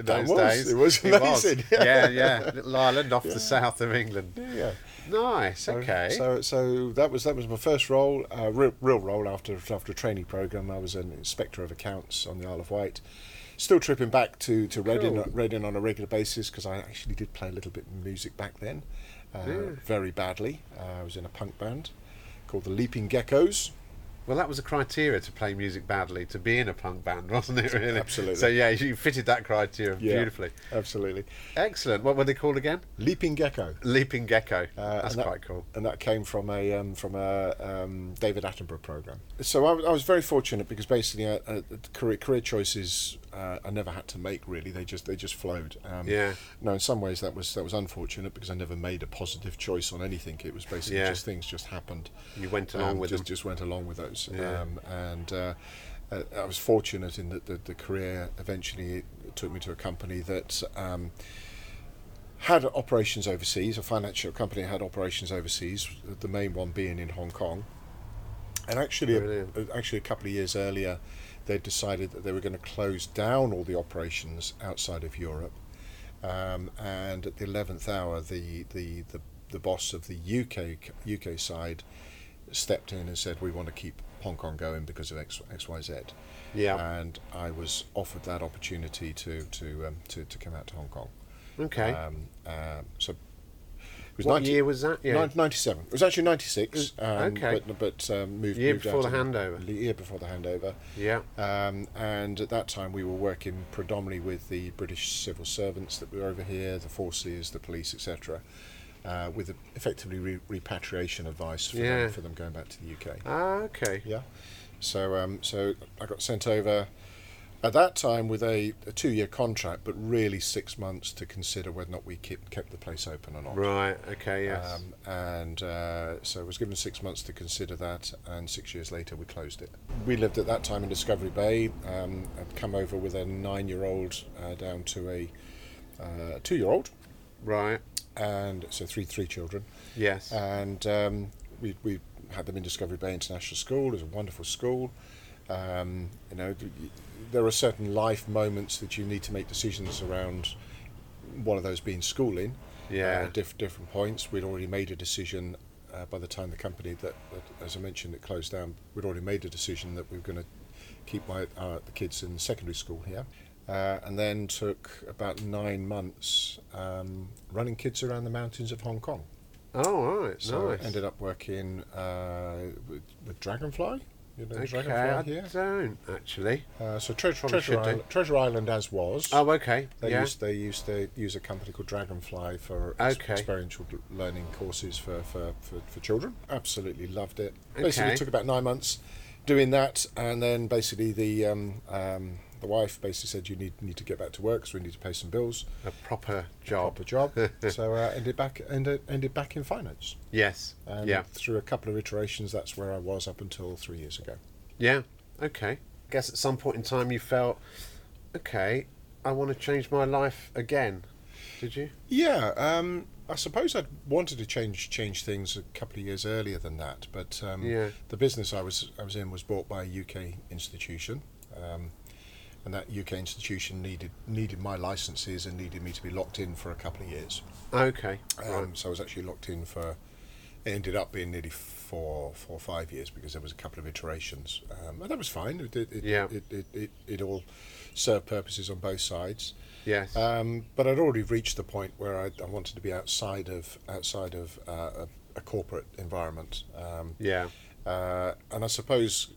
[SPEAKER 1] those
[SPEAKER 2] was.
[SPEAKER 1] days.
[SPEAKER 2] It was amazing. (laughs)
[SPEAKER 1] Yeah, yeah. Little island off the south of England.
[SPEAKER 2] Yeah.
[SPEAKER 1] Nice.
[SPEAKER 2] So-
[SPEAKER 1] Okay.
[SPEAKER 2] So, so that was that was my first role, uh, real, real role after after a training program. I was an inspector of accounts on the Isle of Wight. Still tripping back to to Reading,
[SPEAKER 1] Cool.
[SPEAKER 2] Reading on a regular basis because I actually did play a little bit of music back then, uh, very badly. Uh, I was in a punk band called the Leaping Geckos.
[SPEAKER 1] well, that was a criteria to play music badly to be in a punk band, (laughs) wasn't it? Really.
[SPEAKER 2] Absolutely.
[SPEAKER 1] So yeah, you fitted that criteria beautifully.
[SPEAKER 2] absolutely.
[SPEAKER 1] Excellent. What were they called again?
[SPEAKER 2] Leaping Gecko.
[SPEAKER 1] Leaping gecko.
[SPEAKER 2] Uh,
[SPEAKER 1] That's
[SPEAKER 2] and that-
[SPEAKER 1] quite cool.
[SPEAKER 2] And that came from a um, from a um, David Attenborough program. So I, was- I was very fortunate because basically uh, uh, the career career choices uh, I never had to make really. They just they just flowed. Um,
[SPEAKER 1] Yeah.
[SPEAKER 2] No, in some ways that was that was unfortunate because I never made a positive choice on anything. It was basically
[SPEAKER 1] Yeah.
[SPEAKER 2] just things just happened.
[SPEAKER 1] You went along
[SPEAKER 2] Um,
[SPEAKER 1] with
[SPEAKER 2] just,
[SPEAKER 1] them.
[SPEAKER 2] just went along with those.
[SPEAKER 1] Yeah.
[SPEAKER 2] Um, and uh, uh, I was fortunate in that the, the career eventually took me to a company that. Um, had operations overseas. A financial company had operations overseas. The main one being in Hong Kong. And actually, a,
[SPEAKER 1] Brilliant.
[SPEAKER 2] actually, a couple of years earlier, they decided that they were going to close down all the operations outside of Europe. Um, and at the eleventh hour, the the, the the boss of the UK c- UK side stepped in and said, "We want to keep Hong Kong going because of X, X Y, Z."
[SPEAKER 1] Yeah.
[SPEAKER 2] and I was offered that opportunity to to um, to, to come out to Hong Kong.
[SPEAKER 1] Okay.
[SPEAKER 2] Um, um, so it was
[SPEAKER 1] what
[SPEAKER 2] 90
[SPEAKER 1] year was that? Yeah.
[SPEAKER 2] Nin- 97. It was actually 96. Um,
[SPEAKER 1] okay.
[SPEAKER 2] But, but um, moved,
[SPEAKER 1] Year
[SPEAKER 2] moved out
[SPEAKER 1] before the
[SPEAKER 2] to-
[SPEAKER 1] handover.
[SPEAKER 2] The year before the handover.
[SPEAKER 1] yeah.
[SPEAKER 2] Um, and at that time, we were working predominantly with the British civil servants that were over here, the forces, the police, etc., uh, with a- effectively re- repatriation advice for,
[SPEAKER 1] Yeah.
[SPEAKER 2] them, for them going back to the UK.
[SPEAKER 1] Ah, okay.
[SPEAKER 2] Yeah. So um, so I got sent over at that time with a, a two year contract, but really six months to consider whether or not we kept kept the place open or not.
[SPEAKER 1] Right. Okay. Yes.
[SPEAKER 2] Um, and uh, so I was given six months to consider that, and six years later we closed it. We lived at that time in Discovery Bay. Um, I'd come over with a nine year old uh, down to a uh, two year old,
[SPEAKER 1] right.
[SPEAKER 2] and so three three children
[SPEAKER 1] Yes.
[SPEAKER 2] and um, we, we had them in Discovery Bay International School. It was a wonderful school. Um, you know, th- y- there are certain life moments that you need to make decisions around. One of those being schooling.
[SPEAKER 1] Yeah.
[SPEAKER 2] Uh, diff- different points. We'd already made a decision uh, by the time the company that, that, as I mentioned, it closed down. We'd already made a decision that we were going to keep my uh, the kids in secondary school here. Uh, and then took about nine months um, running kids around the mountains of Hong Kong.
[SPEAKER 1] oh, all right.
[SPEAKER 2] So I
[SPEAKER 1] nice.
[SPEAKER 2] ended up working uh, with, with Dragonfly. You know
[SPEAKER 1] okay. I
[SPEAKER 2] Dragonfly here.
[SPEAKER 1] don't actually.
[SPEAKER 2] Uh, so Treasure,
[SPEAKER 1] Probably
[SPEAKER 2] Treasure,
[SPEAKER 1] should do.
[SPEAKER 2] Island, Treasure Island, as was,
[SPEAKER 1] Oh, okay.
[SPEAKER 2] they
[SPEAKER 1] yeah.
[SPEAKER 2] used they used to use a company called Dragonfly for ex-
[SPEAKER 1] Okay.
[SPEAKER 2] experiential d- learning courses for, for, for, for children. Absolutely loved it.
[SPEAKER 1] Okay.
[SPEAKER 2] Basically, took about nine months doing that, and then basically the um, um, the wife basically said, "You need need to get back to work because we need to pay some bills."
[SPEAKER 1] a proper job.
[SPEAKER 2] Proper job.
[SPEAKER 1] (laughs)
[SPEAKER 2] so uh, ended back ended, ended back in finance.
[SPEAKER 1] Yes.
[SPEAKER 2] And
[SPEAKER 1] yeah.
[SPEAKER 2] through a couple of iterations, that's where I was up until three years ago.
[SPEAKER 1] Yeah. Okay. Guess at some point in time you felt, okay, I want to change my life again. Did you?
[SPEAKER 2] Yeah, um, I suppose I'd wanted to change change things a couple of years earlier than that, but um,
[SPEAKER 1] Yeah.
[SPEAKER 2] the business I was I was in was bought by a UK institution, um, and that UK institution needed needed my licenses and needed me to be locked in for a couple of years.
[SPEAKER 1] Okay.
[SPEAKER 2] Um, So I was actually locked in for. It ended up being nearly four, four or five years because there was a couple of iterations, um, and that was fine. It, it, it,
[SPEAKER 1] Yeah.
[SPEAKER 2] it, it, it, it all served purposes on both sides.
[SPEAKER 1] Yes.
[SPEAKER 2] Um, but I'd already reached the point where I, I wanted to be outside of outside of uh, a, a corporate environment. Um,
[SPEAKER 1] yeah.
[SPEAKER 2] uh, and I suppose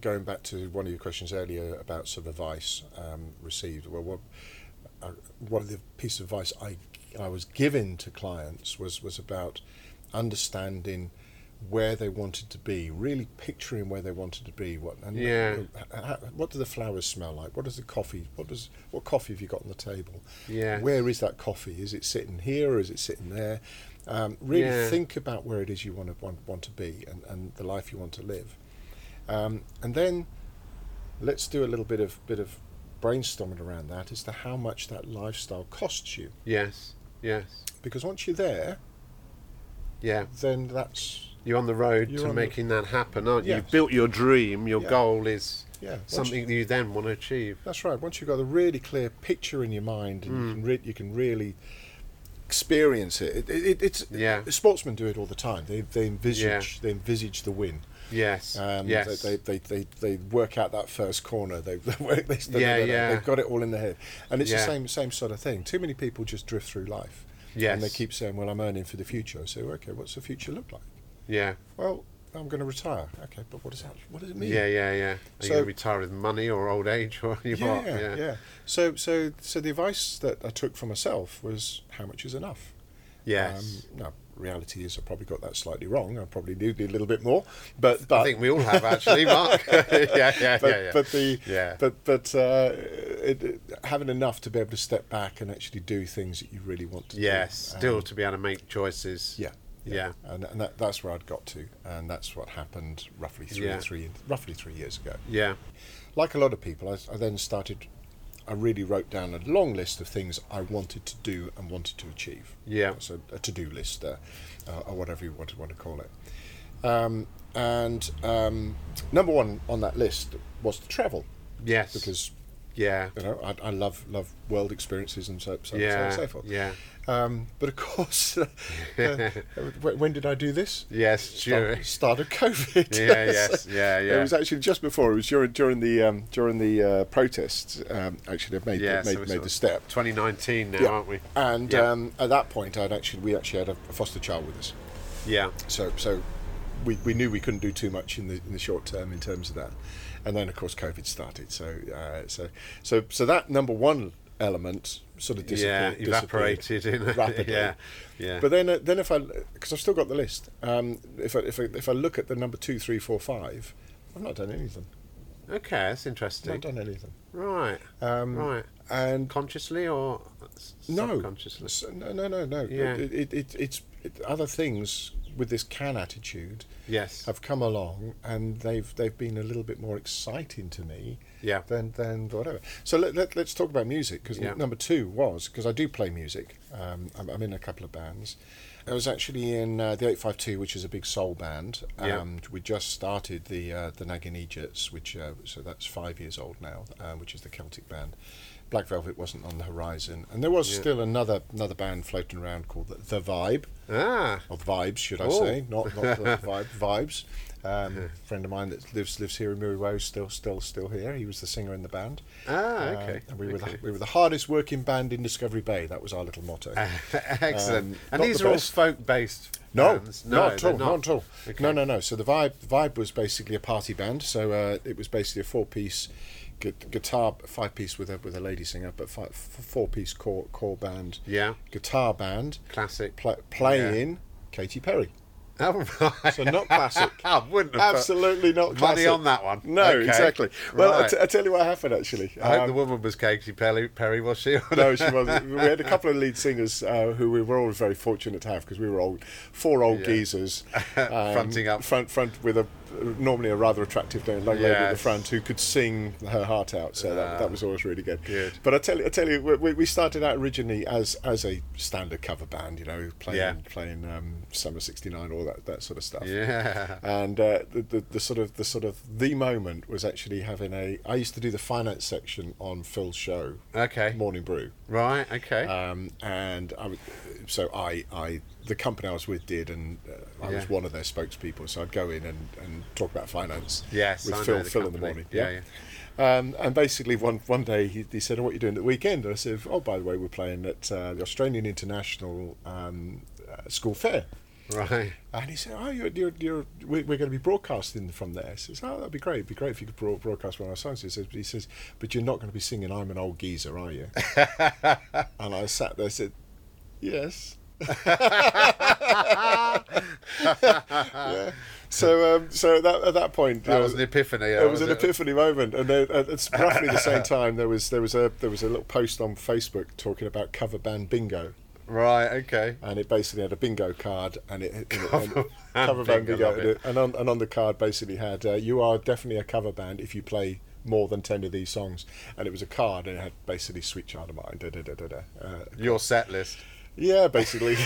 [SPEAKER 2] going back to one of your questions earlier about sort of advice um, received, well, what uh, one of the pieces of advice I I was given to clients was was about understanding where they wanted to be, really picturing where they wanted to be. What and
[SPEAKER 1] Yeah.
[SPEAKER 2] h- h- what do the flowers smell like? What does the coffee? What does what coffee have you got on the table?
[SPEAKER 1] Yeah.
[SPEAKER 2] Where is that coffee? Is it sitting here or is it sitting there? Um, really
[SPEAKER 1] Yeah.
[SPEAKER 2] think about where it is you want to want, want to be and, and the life you want to live um, and then let's do a little bit of bit of brainstorming around that as to how much that lifestyle costs you
[SPEAKER 1] Yes. Yes.
[SPEAKER 2] because once you're there
[SPEAKER 1] Yeah.
[SPEAKER 2] then that's
[SPEAKER 1] You're on the road
[SPEAKER 2] You're
[SPEAKER 1] to
[SPEAKER 2] on the-
[SPEAKER 1] making that happen, aren't you?
[SPEAKER 2] Yes.
[SPEAKER 1] You've built your dream. Your
[SPEAKER 2] Yeah.
[SPEAKER 1] goal is
[SPEAKER 2] yeah once you-
[SPEAKER 1] something that you then want to achieve.
[SPEAKER 2] That's right. Once you've got a really clear picture in your mind, and
[SPEAKER 1] Hmm.
[SPEAKER 2] you, can re- you can really experience it. it, it it's
[SPEAKER 1] Yeah.
[SPEAKER 2] Sportsmen do it all the time. They they envisage
[SPEAKER 1] Yeah.
[SPEAKER 2] they envisage the win.
[SPEAKER 1] Yes.
[SPEAKER 2] Um,
[SPEAKER 1] yes.
[SPEAKER 2] They, they, they, they, they work out that first corner. They, (laughs) they, work- they, they
[SPEAKER 1] Yeah,
[SPEAKER 2] they-
[SPEAKER 1] yeah.
[SPEAKER 2] They've got it all in their head, and it's
[SPEAKER 1] Yeah.
[SPEAKER 2] the same same sort of thing. Too many people just drift through life.
[SPEAKER 1] Yes.
[SPEAKER 2] And they keep saying, "Well, I'm earning for the future." I say, "Okay, what's the future look like?"
[SPEAKER 1] yeah.
[SPEAKER 2] Well, I'm going to retire. Okay, but what does that? What does it mean?
[SPEAKER 1] Yeah. Yeah. Yeah. Are you
[SPEAKER 2] So-
[SPEAKER 1] going to retire with money or old age or you
[SPEAKER 2] yeah,
[SPEAKER 1] what? (laughs)
[SPEAKER 2] yeah, yeah. So, so, so the advice that I took for myself was how much is enough.
[SPEAKER 1] Yes.
[SPEAKER 2] Um, now, reality is I probably got that slightly wrong. I probably do need a little bit more, but but
[SPEAKER 1] I think we all have actually,
[SPEAKER 2] (laughs)
[SPEAKER 1] Mark. (laughs) yeah, yeah, yeah,
[SPEAKER 2] but,
[SPEAKER 1] yeah.
[SPEAKER 2] but the
[SPEAKER 1] yeah.
[SPEAKER 2] but but uh, it, it- having enough to be able to step back and actually do things that you really want to.
[SPEAKER 1] yes,
[SPEAKER 2] do. Uh,
[SPEAKER 1] still to be able to make choices.
[SPEAKER 2] um, Yeah.
[SPEAKER 1] Yeah.
[SPEAKER 2] And, and that, that's where I'd got to, and that's what happened roughly three
[SPEAKER 1] Yeah.
[SPEAKER 2] three roughly three years ago.
[SPEAKER 1] Yeah.
[SPEAKER 2] like a lot of people, I, I then started. I really wrote down a long list of things I wanted to do and wanted to achieve.
[SPEAKER 1] Yeah.
[SPEAKER 2] So a to-do list, uh, uh, or whatever you want, want to call it. Um, and um, number one on that list was to travel
[SPEAKER 1] Yes.
[SPEAKER 2] because
[SPEAKER 1] Yeah.
[SPEAKER 2] You know, I, I love love world experiences and so so,
[SPEAKER 1] yeah.
[SPEAKER 2] so on and so forth.
[SPEAKER 1] Yeah.
[SPEAKER 2] Um, but of
[SPEAKER 1] (laughs)
[SPEAKER 2] course, (laughs) uh, uh, w- when did I do this?
[SPEAKER 1] Yes. Sure.
[SPEAKER 2] Start, start of (laughs) COVID.
[SPEAKER 1] Yeah, yes, yeah, yeah.
[SPEAKER 2] It was actually just before. It was during during the um, during the uh, protests. Um, actually, I made
[SPEAKER 1] Yeah.
[SPEAKER 2] the, made,
[SPEAKER 1] so we're sort
[SPEAKER 2] made the
[SPEAKER 1] of
[SPEAKER 2] step.
[SPEAKER 1] 2019 now,
[SPEAKER 2] Yeah.
[SPEAKER 1] aren't we?
[SPEAKER 2] And
[SPEAKER 1] Yeah.
[SPEAKER 2] um, at that point, I'd actually we actually had a foster child with us.
[SPEAKER 1] Yeah.
[SPEAKER 2] So so we, we knew we couldn't do too much in the in the short term in terms of that. And then of course COVID started. So uh, so so so that number one element sort of
[SPEAKER 1] Yeah.
[SPEAKER 2] disappeared.
[SPEAKER 1] Evaporated in (laughs) a,
[SPEAKER 2] rapidly.
[SPEAKER 1] Yeah. Yeah.
[SPEAKER 2] But then, uh, then if I, because I've still got the list. Um, if I, if I, if I look at the number two, three, four, five, I've not done anything.
[SPEAKER 1] okay, that's
[SPEAKER 2] Not
[SPEAKER 1] interesting.
[SPEAKER 2] done anything.
[SPEAKER 1] Right.
[SPEAKER 2] Um,
[SPEAKER 1] right.
[SPEAKER 2] And
[SPEAKER 1] Consciously or s-
[SPEAKER 2] no,
[SPEAKER 1] subconsciously?
[SPEAKER 2] S- no, no, no, no.
[SPEAKER 1] Yeah.
[SPEAKER 2] It, it, it, it's it, other things with this can attitude
[SPEAKER 1] Yes.
[SPEAKER 2] have come along, and they've they've been a little bit more exciting to me.
[SPEAKER 1] Yeah.
[SPEAKER 2] Than than whatever. So let, let, us talk about music because
[SPEAKER 1] Yeah.
[SPEAKER 2] number two was because I do play music. Um, I'm, I'm in a couple of bands. I was actually in uh, the Eight Five Two, which is a big soul band. Um,
[SPEAKER 1] Yeah.
[SPEAKER 2] We just started the uh, the Nagini Jits, which uh, so that's five years old now, uh, which is the Celtic band. Black Velvet wasn't on the horizon, and there was
[SPEAKER 1] Yeah.
[SPEAKER 2] still another another band floating around called the, the Vibe
[SPEAKER 1] Ah.
[SPEAKER 2] or vibes, should I
[SPEAKER 1] Oh.
[SPEAKER 2] say? Not not
[SPEAKER 1] (laughs)
[SPEAKER 2] the vibe, vibes. Um, Friend of mine that lives lives here in Muriwo, still still still here. He was the singer in the band.
[SPEAKER 1] Ah,
[SPEAKER 2] Uh,
[SPEAKER 1] okay.
[SPEAKER 2] and we were
[SPEAKER 1] okay.
[SPEAKER 2] the, we were the hardest working band in Discovery Bay. That was our little motto.
[SPEAKER 1] Ah. (laughs) Excellent.
[SPEAKER 2] Um,
[SPEAKER 1] and
[SPEAKER 2] not
[SPEAKER 1] these
[SPEAKER 2] the
[SPEAKER 1] are all
[SPEAKER 2] best.
[SPEAKER 1] folk based
[SPEAKER 2] No,
[SPEAKER 1] bands.
[SPEAKER 2] not at
[SPEAKER 1] they're
[SPEAKER 2] all, not. at all.
[SPEAKER 1] Okay.
[SPEAKER 2] No, no, no. So the vibe, the vibe was basically a party band. So uh, it was basically a four-piece gu- guitar, five-piece with a with a lady singer, but five, four-piece core core band,
[SPEAKER 1] Yeah.
[SPEAKER 2] guitar band,
[SPEAKER 1] Classic. (laughs)
[SPEAKER 2] pla playing Katy Perry.
[SPEAKER 1] Oh, right.
[SPEAKER 2] So not classic.
[SPEAKER 1] (laughs) I wouldn't have put
[SPEAKER 2] Absolutely not
[SPEAKER 1] money
[SPEAKER 2] classic.
[SPEAKER 1] on that one.
[SPEAKER 2] No,
[SPEAKER 1] Okay.
[SPEAKER 2] exactly. Well, I
[SPEAKER 1] Right.
[SPEAKER 2] t- I tell you what happened actually.
[SPEAKER 1] I hope
[SPEAKER 2] Um,
[SPEAKER 1] the woman was Katy Perry, Perry was she? (laughs)
[SPEAKER 2] no, she wasn't. We had a couple of lead singers uh, who we were all very fortunate to have because we were old, four old
[SPEAKER 1] Yeah.
[SPEAKER 2] geezers,
[SPEAKER 1] (laughs)
[SPEAKER 2] um,
[SPEAKER 1] Fronting up.
[SPEAKER 2] front front with a normally a rather attractive young lady at the
[SPEAKER 1] Yes.
[SPEAKER 2] front who could sing her heart out. So that, that was always really good.
[SPEAKER 1] Good.
[SPEAKER 2] But I tell you, I tell you, we- we, we started out originally as as a standard cover band, you know, playing
[SPEAKER 1] Yeah.
[SPEAKER 2] playing um, Summer '69, all that that sort of stuff
[SPEAKER 1] Yeah.
[SPEAKER 2] and uh, the, the the sort of the sort of the moment was actually having a. I used to do the finance section on Phil's show,
[SPEAKER 1] Okay.
[SPEAKER 2] Morning Brew,
[SPEAKER 1] Right, okay.
[SPEAKER 2] um, and I would, so I I the company I was with did, and uh, I was
[SPEAKER 1] Yeah.
[SPEAKER 2] one of their spokespeople. So I'd go in and, and talk about finance.
[SPEAKER 1] Yes,
[SPEAKER 2] with
[SPEAKER 1] I know
[SPEAKER 2] Phil
[SPEAKER 1] the
[SPEAKER 2] Phil in the
[SPEAKER 1] company.
[SPEAKER 2] morning.
[SPEAKER 1] Yeah,
[SPEAKER 2] Um, and basically, one one day he, he said, "Oh, what are you doing at the weekend?" And I said, "Oh, by the way, we're playing at uh, the Australian International um, uh, School Fair."
[SPEAKER 1] right.
[SPEAKER 2] And he said, "Oh, you're, you're, you're we're, we're going to be broadcasting from there." I says, "Oh, that'd be great. It'd be great if you could broad- broadcast one of our songs." He says, "But he says, but you're not going to be singing "I'm an old geezer," are
[SPEAKER 1] (laughs)
[SPEAKER 2] you?" and I sat there, said,
[SPEAKER 1] (laughs)
[SPEAKER 2] "Yes." yeah. So, um, so that, at that point,
[SPEAKER 1] That
[SPEAKER 2] uh,
[SPEAKER 1] was an epiphany.
[SPEAKER 2] it was an epiphany moment, and then at it's roughly
[SPEAKER 1] (laughs)
[SPEAKER 2] the same time there was there was a there was a little post on Facebook talking about cover band bingo
[SPEAKER 1] Right, okay.
[SPEAKER 2] and it basically had a bingo card and it, and it- (laughs)
[SPEAKER 1] Cover
[SPEAKER 2] and
[SPEAKER 1] band
[SPEAKER 2] cover band
[SPEAKER 1] bingo,
[SPEAKER 2] bingo,
[SPEAKER 1] love
[SPEAKER 2] and,
[SPEAKER 1] it.
[SPEAKER 2] it- and on and on the card basically had uh, you are definitely a cover band if you play more than ten of these songs, and it was a card and it had basically Sweet Child of Mine, da da da da da. Uh,
[SPEAKER 1] Your set list. (laughs)
[SPEAKER 2] yeah, basically.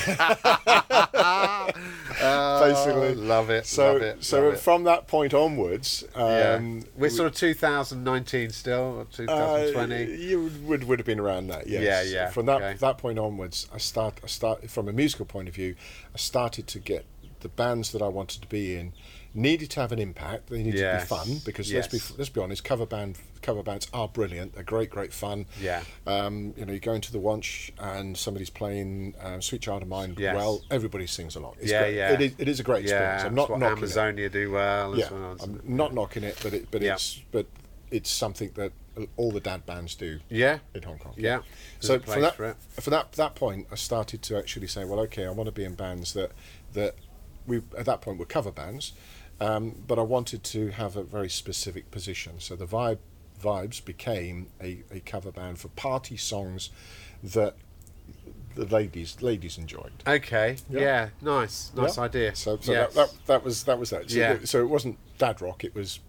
[SPEAKER 1] Oh,
[SPEAKER 2] (laughs) basically,
[SPEAKER 1] love it.
[SPEAKER 2] (laughs) So
[SPEAKER 1] love it,
[SPEAKER 2] so
[SPEAKER 1] love it.
[SPEAKER 2] from that point onwards, um,
[SPEAKER 1] yeah. We're sort of 2019 still, or
[SPEAKER 2] uh,
[SPEAKER 1] 2020.
[SPEAKER 2] you would- would would have been around that, yes.
[SPEAKER 1] Yeah, yeah,
[SPEAKER 2] From that
[SPEAKER 1] okay.
[SPEAKER 2] that point onwards, I start I start from a musical point of view, I started to get the bands that I wanted to be in needed to have an impact. They needed
[SPEAKER 1] Yes,
[SPEAKER 2] to be fun because let's be
[SPEAKER 1] yes.
[SPEAKER 2] let's be honest, cover band cover bands are brilliant. They're great, great fun.
[SPEAKER 1] Yeah.
[SPEAKER 2] Um, you know, you go into the Wanch and somebody's playing uh, "Sweet Child of Mine."
[SPEAKER 1] Yes.
[SPEAKER 2] Well, everybody sings along. It's
[SPEAKER 1] yeah,
[SPEAKER 2] great.
[SPEAKER 1] yeah.
[SPEAKER 2] It is, it is a great experience.
[SPEAKER 1] Yeah,
[SPEAKER 2] I'm not
[SPEAKER 1] it's what
[SPEAKER 2] knocking it
[SPEAKER 1] Amazonia do well. and
[SPEAKER 2] yeah,
[SPEAKER 1] so on.
[SPEAKER 2] I'm not knocking it, but it, but
[SPEAKER 1] Yeah.
[SPEAKER 2] it's but it's something that all the dad bands do
[SPEAKER 1] yeah.
[SPEAKER 2] in Hong Kong.
[SPEAKER 1] Yeah. There's
[SPEAKER 2] So
[SPEAKER 1] a place
[SPEAKER 2] from that
[SPEAKER 1] for it.
[SPEAKER 2] from that that point, I started to actually say, well, okay, I want to be in bands that that we at that point were cover bands, um, but I wanted to have a very specific position. So the vibe vibes became a, a cover band for party songs that the ladies ladies enjoyed.
[SPEAKER 1] Okay.
[SPEAKER 2] Yeah.
[SPEAKER 1] Yeah. Nice. Nice
[SPEAKER 2] Yeah.
[SPEAKER 1] idea.
[SPEAKER 2] So, so
[SPEAKER 1] Yes.
[SPEAKER 2] that, that, that was that was that. So,
[SPEAKER 1] Yeah.
[SPEAKER 2] so it wasn't dad rock; it was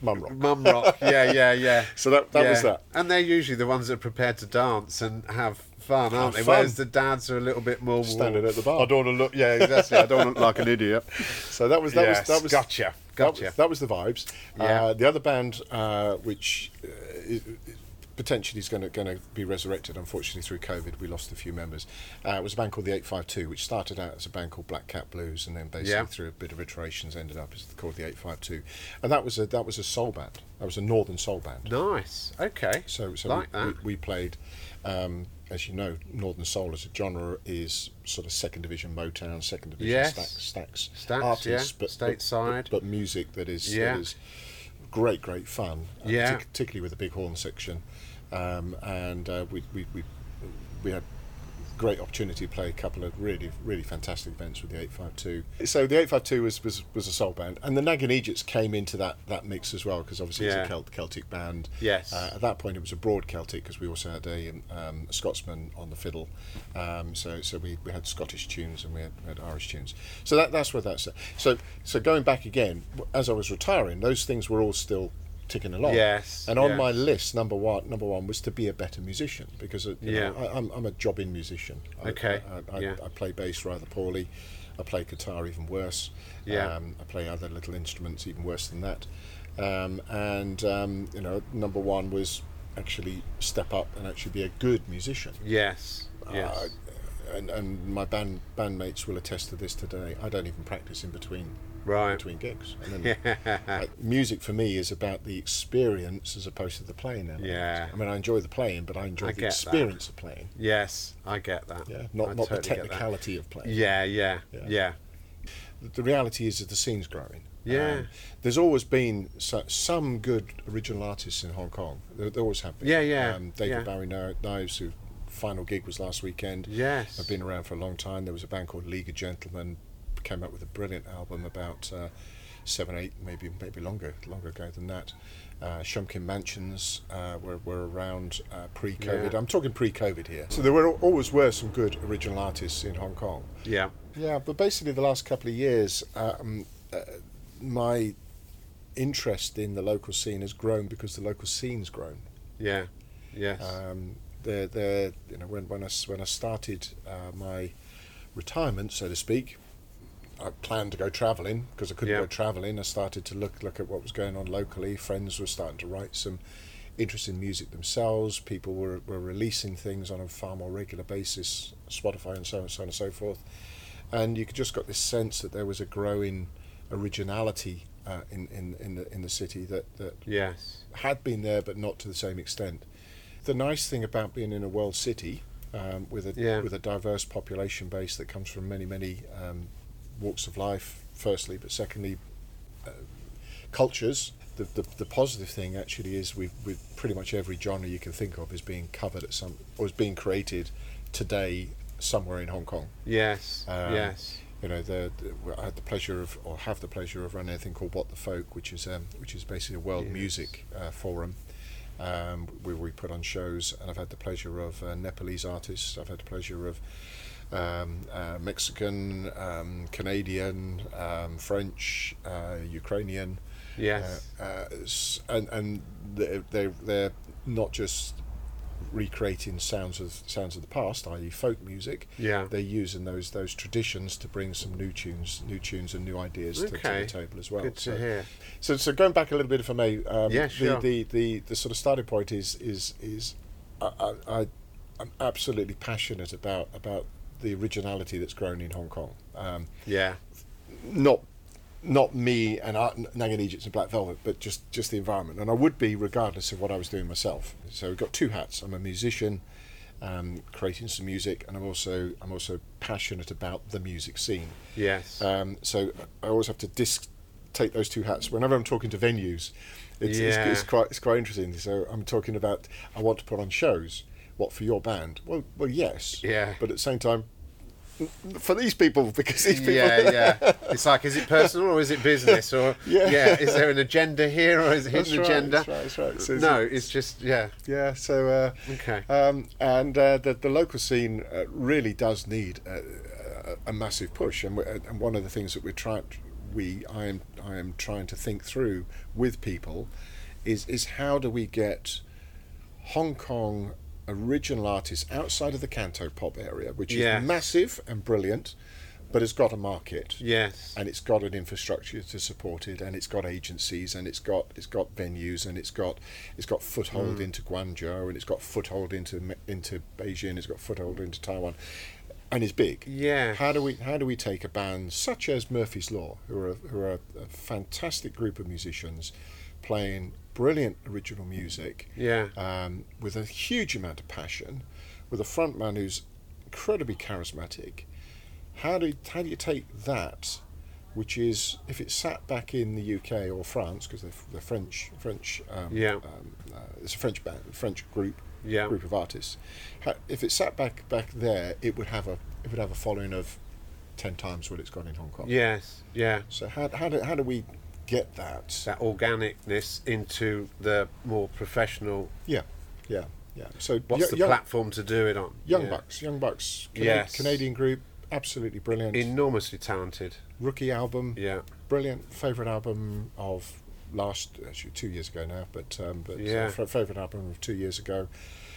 [SPEAKER 2] mum rock.
[SPEAKER 1] Mum
[SPEAKER 2] (laughs)
[SPEAKER 1] rock. Yeah, yeah, yeah.
[SPEAKER 2] So that- that
[SPEAKER 1] yeah.
[SPEAKER 2] was that.
[SPEAKER 1] And they're usually the ones that are prepared to dance and have fun, aren't they?
[SPEAKER 2] fun.
[SPEAKER 1] Whereas the dads are a little bit more
[SPEAKER 2] Standing at the bar.
[SPEAKER 1] I don't want to look. Yeah, exactly. I don't want to look like an idiot.
[SPEAKER 2] So (laughs) that was that
[SPEAKER 1] Yes,
[SPEAKER 2] was that was
[SPEAKER 1] gotcha,
[SPEAKER 2] that was-
[SPEAKER 1] gotcha.
[SPEAKER 2] That was the vibes.
[SPEAKER 1] Yeah.
[SPEAKER 2] Uh, the other band, uh, which uh, i- i- potentially is going to going to be resurrected. Unfortunately, through COVID, we lost a few members. Uh, it was a band called the Eight Five Two, which started out as a band called Black Cat Blues, and then basically
[SPEAKER 1] Yeah.
[SPEAKER 2] through a bit of iterations, ended up as called the Eight Five Two, and that was a that was a soul band. That was a northern soul band.
[SPEAKER 1] Nice. Okay.
[SPEAKER 2] So, so
[SPEAKER 1] like
[SPEAKER 2] we,
[SPEAKER 1] that.
[SPEAKER 2] We, we played, um, as you know, Northern Soul as a genre is sort of second division Motown, second division
[SPEAKER 1] Yes.
[SPEAKER 2] stacks, stacks,
[SPEAKER 1] Stacks, yeah. Stateside.
[SPEAKER 2] but, but music that is
[SPEAKER 1] Yeah.
[SPEAKER 2] that is great, great fun. uh,
[SPEAKER 1] Yeah.
[SPEAKER 2] partic- particularly with the big horn section, um, and uh, we, we we we had great opportunity to play a couple of really really fantastic events with the 852 so the 852 was was, was a soul band and the nagging egypts came into that that mix as well because obviously
[SPEAKER 1] Yeah.
[SPEAKER 2] it's a Celt- celtic band
[SPEAKER 1] Yes.
[SPEAKER 2] uh, at that point, it was a broad Celtic because we also had a, um, um, a Scotsman on the fiddle. Um, so so we, we had Scottish tunes and we had, we had Irish tunes. So that, that's where that's at. So, so going back again, w- as I was retiring, those things were all still ticking along.
[SPEAKER 1] Yes,
[SPEAKER 2] And on
[SPEAKER 1] yes.
[SPEAKER 2] my list, number one, number one was to be a better musician because uh, you know,
[SPEAKER 1] Yeah.
[SPEAKER 2] I, I'm, I'm a jobbing musician. I-
[SPEAKER 1] Okay,
[SPEAKER 2] I, I,
[SPEAKER 1] yeah.
[SPEAKER 2] I play bass rather poorly. I play guitar even worse.
[SPEAKER 1] Yeah.
[SPEAKER 2] Um, I play other little instruments even worse than that. Um, and um, you know, number one was actually step up and actually be a good musician.
[SPEAKER 1] Yes. Yes.
[SPEAKER 2] Uh, and, and my band bandmates will attest to this today. I don't even practice in between
[SPEAKER 1] Right.
[SPEAKER 2] between gigs. And
[SPEAKER 1] (laughs)
[SPEAKER 2] then, uh, music for me is about the experience as opposed to the playing. element.
[SPEAKER 1] Yeah.
[SPEAKER 2] I mean, I enjoy the playing, but I enjoy
[SPEAKER 1] I
[SPEAKER 2] the
[SPEAKER 1] get that.
[SPEAKER 2] experience of playing.
[SPEAKER 1] yes. I get that.
[SPEAKER 2] Yeah, not
[SPEAKER 1] I
[SPEAKER 2] not
[SPEAKER 1] totally
[SPEAKER 2] the
[SPEAKER 1] get that.
[SPEAKER 2] technicality of playing.
[SPEAKER 1] Yeah. Yeah.
[SPEAKER 2] Yeah.
[SPEAKER 1] Yeah.
[SPEAKER 2] the reality is that the scene's growing. Um,
[SPEAKER 1] Yeah.
[SPEAKER 2] there's always been so, some good original artists in Hong Kong. There, there always have been.
[SPEAKER 1] Yeah, yeah,
[SPEAKER 2] Um, David
[SPEAKER 1] yeah.
[SPEAKER 2] Barry Kno- Knives, whose final gig was last weekend.
[SPEAKER 1] Yes.
[SPEAKER 2] I've been around for a long time. There was a band called League of Gentlemen, came up with a brilliant album about uh, seven, eight, maybe maybe longer, longer ago than that. Uh, Shumkin Mansions uh, were, were around uh, pre-COVID.
[SPEAKER 1] Yeah.
[SPEAKER 2] I'm talking pre-COVID here. So there were always were some good original artists in Hong Kong.
[SPEAKER 1] Yeah.
[SPEAKER 2] Yeah, but basically, the last couple of years, um, uh, my interest in the local scene has grown because the local scene's grown.
[SPEAKER 1] Yeah. Yes.
[SPEAKER 2] Um, the the you know when when I s- when I started uh, my retirement, so to speak, I planned to go travelling because I couldn't
[SPEAKER 1] Yeah.
[SPEAKER 2] go travelling. I started to look look at what was going on locally. Friends were starting to write some interesting music themselves. People were were releasing things on a far more regular basis, Spotify and so on and so on and so forth. And you could just got this sense that there was a growing originality uh, in, in in the in the city that that
[SPEAKER 1] yes.
[SPEAKER 2] had been there, but not to the same extent. The nice thing about being in a world city um, with a
[SPEAKER 1] Yeah.
[SPEAKER 2] with a diverse population base that comes from many many um, walks of life, firstly, but secondly, uh, cultures. The, the, the positive thing actually is we've, we've pretty much every genre you can think of is being covered at some or is being created today somewhere in Hong Kong
[SPEAKER 1] Yes.
[SPEAKER 2] Um,
[SPEAKER 1] yes.
[SPEAKER 2] you know, the, the, I had the pleasure of, or have the pleasure of running a thing called What the Folk, which is um, which is basically a world
[SPEAKER 1] Yes.
[SPEAKER 2] music uh, forum um, where we put on shows. And I've had the pleasure of uh, Nepalese artists. I've had the pleasure of um, uh, Mexican, um, Canadian, um, French, uh, Ukrainian.
[SPEAKER 1] Yes.
[SPEAKER 2] Uh, uh, s- and and they're, they're, they're not just recreating sounds of sounds of the past, i.e., folk music.
[SPEAKER 1] Yeah.
[SPEAKER 2] They're using those those traditions to bring some new tunes, new tunes, and new ideas to, to
[SPEAKER 1] Okay.
[SPEAKER 2] the table as well.
[SPEAKER 1] Good to
[SPEAKER 2] so,
[SPEAKER 1] hear.
[SPEAKER 2] so so going back a little bit, if I may. Um,
[SPEAKER 1] Yeah,
[SPEAKER 2] the,
[SPEAKER 1] sure.
[SPEAKER 2] the, the the sort of starting point is is is I, I, I I'm absolutely passionate about about the originality that's grown in Hong Kong. Um,
[SPEAKER 1] Yeah.
[SPEAKER 2] not not me and Art, Nang and Egypt and Black Velvet, but just just the environment. And I would be regardless of what I was doing myself. So I've got two hats. I'm a musician, um, creating some music, and I'm also I'm also passionate about the music scene.
[SPEAKER 1] Yes.
[SPEAKER 2] Um, so I always have to disc take those two hats whenever I'm talking to venues. It's,
[SPEAKER 1] Yeah.
[SPEAKER 2] it's, it's quite it's quite interesting. So I'm talking about I want to put on shows. What for your band? Well, well, yes.
[SPEAKER 1] Yeah.
[SPEAKER 2] But at the same time, for these people (laughs) because these people.
[SPEAKER 1] yeah, yeah. (laughs) It's like, is it personal or is it business? Or yeah,
[SPEAKER 2] (laughs) Yeah.
[SPEAKER 1] is there an agenda here or is it
[SPEAKER 2] That's
[SPEAKER 1] hidden
[SPEAKER 2] right,
[SPEAKER 1] agenda?
[SPEAKER 2] that's right, that's right. So it's-
[SPEAKER 1] no, it's just yeah,
[SPEAKER 2] yeah. So uh,
[SPEAKER 1] Okay.
[SPEAKER 2] um, and uh, the the local scene uh, really does need a, a, a massive push, and we and one of the things that we're trying, we I am I am trying to think through with people, is is how do we get Hong Kong original artists outside of the Canto pop area, which
[SPEAKER 1] Yes.
[SPEAKER 2] is massive and brilliant. but it's got a market
[SPEAKER 1] Yes.
[SPEAKER 2] and it's got an infrastructure to support it, and it's got agencies, and it's got it's got venues, and it's got it's got foothold
[SPEAKER 1] Mm.
[SPEAKER 2] into Guangzhou, and it's got foothold into Me- into Beijing, it's got foothold into Taiwan, and it's big.
[SPEAKER 1] Yes.
[SPEAKER 2] How do we how do we take a band such as Murphy's Law, who are who are a fantastic group of musicians, playing brilliant original music,
[SPEAKER 1] Yeah.
[SPEAKER 2] um, with a huge amount of passion, with a front man who's incredibly charismatic. How do how do you take that, which is if it's sat back in the UK or France because they're, f- they're French French um,
[SPEAKER 1] Yeah.
[SPEAKER 2] um, uh, it's a French band French group
[SPEAKER 1] Yeah.
[SPEAKER 2] group of artists. How, if it sat back back there, it would have a it would have a following of ten times what it's got in Hong Kong.
[SPEAKER 1] Yes. Yeah.
[SPEAKER 2] So how how do how do we get that?
[SPEAKER 1] That organicness into the more professional.
[SPEAKER 2] Yeah, yeah, yeah. So
[SPEAKER 1] What's
[SPEAKER 2] yo-
[SPEAKER 1] the
[SPEAKER 2] young-
[SPEAKER 1] platform to do it on?
[SPEAKER 2] Young
[SPEAKER 1] Yeah.
[SPEAKER 2] Bucks, Young Bucks, Cana-
[SPEAKER 1] Yes.
[SPEAKER 2] Canadian group, absolutely brilliant.
[SPEAKER 1] Enormously talented.
[SPEAKER 2] Rookie album,
[SPEAKER 1] Yeah.
[SPEAKER 2] brilliant. Favorite album of last actually two years ago now, but um, but
[SPEAKER 1] Yeah.
[SPEAKER 2] fa- favorite album of two years ago.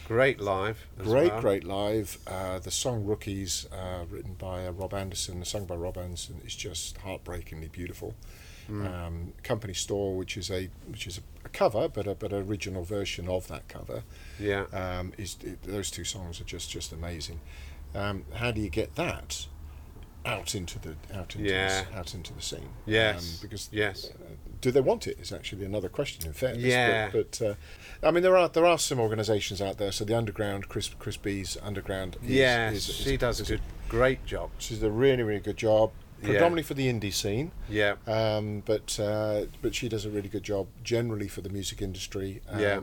[SPEAKER 1] Great live. as
[SPEAKER 2] Great,
[SPEAKER 1] well.
[SPEAKER 2] great live. Uh, the song "Rookies," uh, written by uh, Rob Anderson, sung by Rob Anderson, is just heartbreakingly beautiful.
[SPEAKER 1] Mm.
[SPEAKER 2] Um, Company Store, which is a which is a cover, but a but an original version of that cover.
[SPEAKER 1] Yeah.
[SPEAKER 2] um, is it, those two songs are just just amazing. Um, how do you get that out into the out into
[SPEAKER 1] Yeah.
[SPEAKER 2] the, out into the scene?
[SPEAKER 1] Yes.
[SPEAKER 2] um, because
[SPEAKER 1] Yes.
[SPEAKER 2] uh, do they want it? Is actually another question. In fairness, But-
[SPEAKER 1] Yeah.
[SPEAKER 2] But, uh, I mean, there are there are some organisations out there. So the underground, Chris Chris B's underground. Is,
[SPEAKER 1] yes.
[SPEAKER 2] is, is-
[SPEAKER 1] she does a
[SPEAKER 2] is-
[SPEAKER 1] good, great job.
[SPEAKER 2] She's a really really good job,
[SPEAKER 1] Yeah.
[SPEAKER 2] predominantly for the indie scene.
[SPEAKER 1] Yeah.
[SPEAKER 2] Um, but uh, but she does a really good job generally for the music industry. Um,
[SPEAKER 1] Yeah.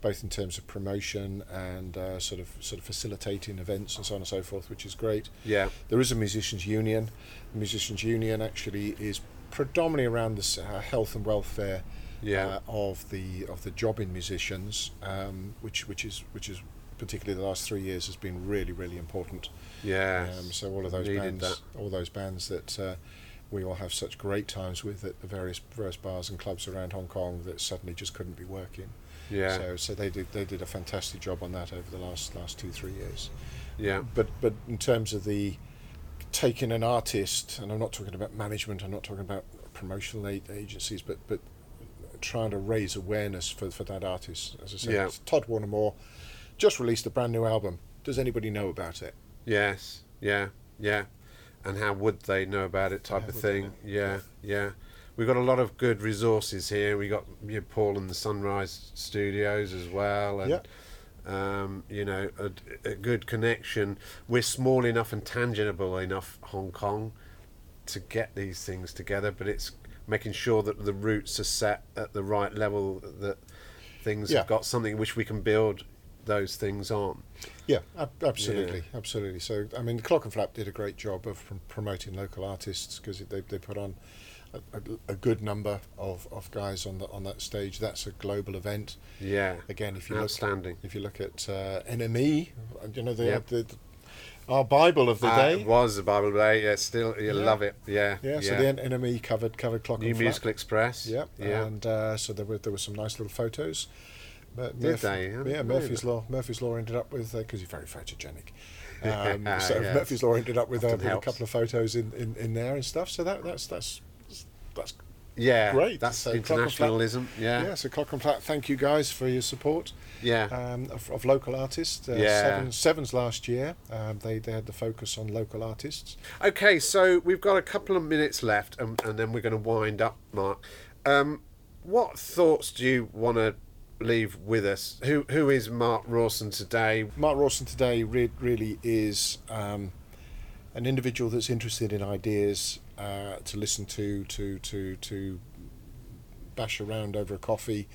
[SPEAKER 2] Both in terms of promotion and uh, sort of sort of facilitating events and so on and so forth, which is great.
[SPEAKER 1] Yeah.
[SPEAKER 2] There is a musicians union. The musicians union actually is predominantly around the s- uh, health and welfare
[SPEAKER 1] Yeah.
[SPEAKER 2] uh, of the of the jobbing musicians, um, which which is which is particularly the last three years has been really really important.
[SPEAKER 1] Yes.
[SPEAKER 2] Um, so all of those
[SPEAKER 1] Needed
[SPEAKER 2] bands,
[SPEAKER 1] that.
[SPEAKER 2] all those bands that uh, we all have such great times with at the various various bars and clubs around Hong Kong that suddenly just couldn't be working.
[SPEAKER 1] Yeah.
[SPEAKER 2] So so they did they did a fantastic job on that over the last last two three years.
[SPEAKER 1] yeah.
[SPEAKER 2] But but in terms of the taking an artist, and I'm not talking about management, I'm not talking about promotional a- agencies, but but trying to raise awareness for, for that artist. As I said,
[SPEAKER 1] Yeah.
[SPEAKER 2] Todd Warner Moore just released a brand new album. Does anybody know about it?
[SPEAKER 1] Yes. Yeah. Yeah. And how would they know about it? Type
[SPEAKER 2] How
[SPEAKER 1] of
[SPEAKER 2] would they
[SPEAKER 1] thing.
[SPEAKER 2] know?
[SPEAKER 1] Yeah. Yeah. We've got a lot of good resources here. We got you know, Paul and the Sunrise Studios as well, and
[SPEAKER 2] Yeah.
[SPEAKER 1] um, you know a, a good connection. We're small enough and tangible enough, Hong Kong, to get these things together. But it's making sure that the roots are set at the right level, that things
[SPEAKER 2] Yeah.
[SPEAKER 1] have got something which we can build those things on.
[SPEAKER 2] Yeah, ab- absolutely, absolutely. So I mean, Clock and Flap did a great job of prom- promoting local artists because they, they put on a, a, a good number of, of guys on the, on that stage. That's a global event.
[SPEAKER 1] Yeah.
[SPEAKER 2] Again, if you look,
[SPEAKER 1] Outstanding.
[SPEAKER 2] if you look at uh, NME, uh, you know they
[SPEAKER 1] Yeah.
[SPEAKER 2] had the, the- our Bible of the
[SPEAKER 1] Uh,
[SPEAKER 2] day.
[SPEAKER 1] It was the Bible Day. Yeah, still you
[SPEAKER 2] Yeah.
[SPEAKER 1] love it. Yeah,
[SPEAKER 2] yeah, so the N- NME covered covered Clock
[SPEAKER 1] New
[SPEAKER 2] and Flap.
[SPEAKER 1] Musical Express.
[SPEAKER 2] Yep.
[SPEAKER 1] yeah,
[SPEAKER 2] And uh, so there were there were some nice little photos. But
[SPEAKER 1] Did they? I didn't
[SPEAKER 2] Yeah,
[SPEAKER 1] know
[SPEAKER 2] Murphy's
[SPEAKER 1] that.
[SPEAKER 2] Law. Murphy's Law ended up with because he's very photogenic.
[SPEAKER 1] (laughs)
[SPEAKER 2] Um, so
[SPEAKER 1] Yes.
[SPEAKER 2] Murphy's Law ended up with, uh,
[SPEAKER 1] Often
[SPEAKER 2] with a
[SPEAKER 1] helps.
[SPEAKER 2] couple of photos in, in, in there and stuff. So that that's that's that's
[SPEAKER 1] yeah.
[SPEAKER 2] great.
[SPEAKER 1] That's
[SPEAKER 2] So Clock and Flap-
[SPEAKER 1] internationalism.
[SPEAKER 2] yeah.
[SPEAKER 1] Yeah,
[SPEAKER 2] so Clock and Plat, thank you guys for your support
[SPEAKER 1] yeah,
[SPEAKER 2] um, of, of local artists. Uh,
[SPEAKER 1] Yeah.
[SPEAKER 2] Seven, Sevens last year, um, they they had the focus on local artists.
[SPEAKER 1] Okay, so we've got a couple of minutes left, and, and then we're going to wind up, Mark. Um, what thoughts do you want to leave with us? Who Who is Mark Rawson today?
[SPEAKER 2] Mark Rawson today re- really is um, an individual that's interested in ideas uh, to listen to, to to to bash around over a coffee.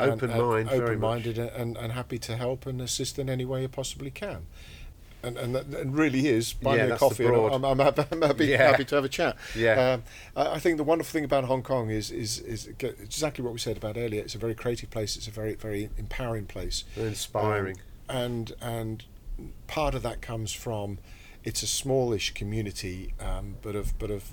[SPEAKER 2] and-
[SPEAKER 1] Open
[SPEAKER 2] and,
[SPEAKER 1] mind, very much.
[SPEAKER 2] open-minded, and, and happy to help and assist in any way you possibly can. And and that, that really is buy
[SPEAKER 1] Yeah,
[SPEAKER 2] me a
[SPEAKER 1] that's the
[SPEAKER 2] coffee. and
[SPEAKER 1] broad.
[SPEAKER 2] I'm, I'm happy, I'm happy,
[SPEAKER 1] Yeah.
[SPEAKER 2] happy to have a chat.
[SPEAKER 1] Yeah.
[SPEAKER 2] Um, I, I think the wonderful thing about Hong Kong is is is exactly what we said about earlier. It's a very creative place. It's a very very empowering place.
[SPEAKER 1] Inspiring.
[SPEAKER 2] Um, and and part of that comes from it's a smallish community, um, but of but of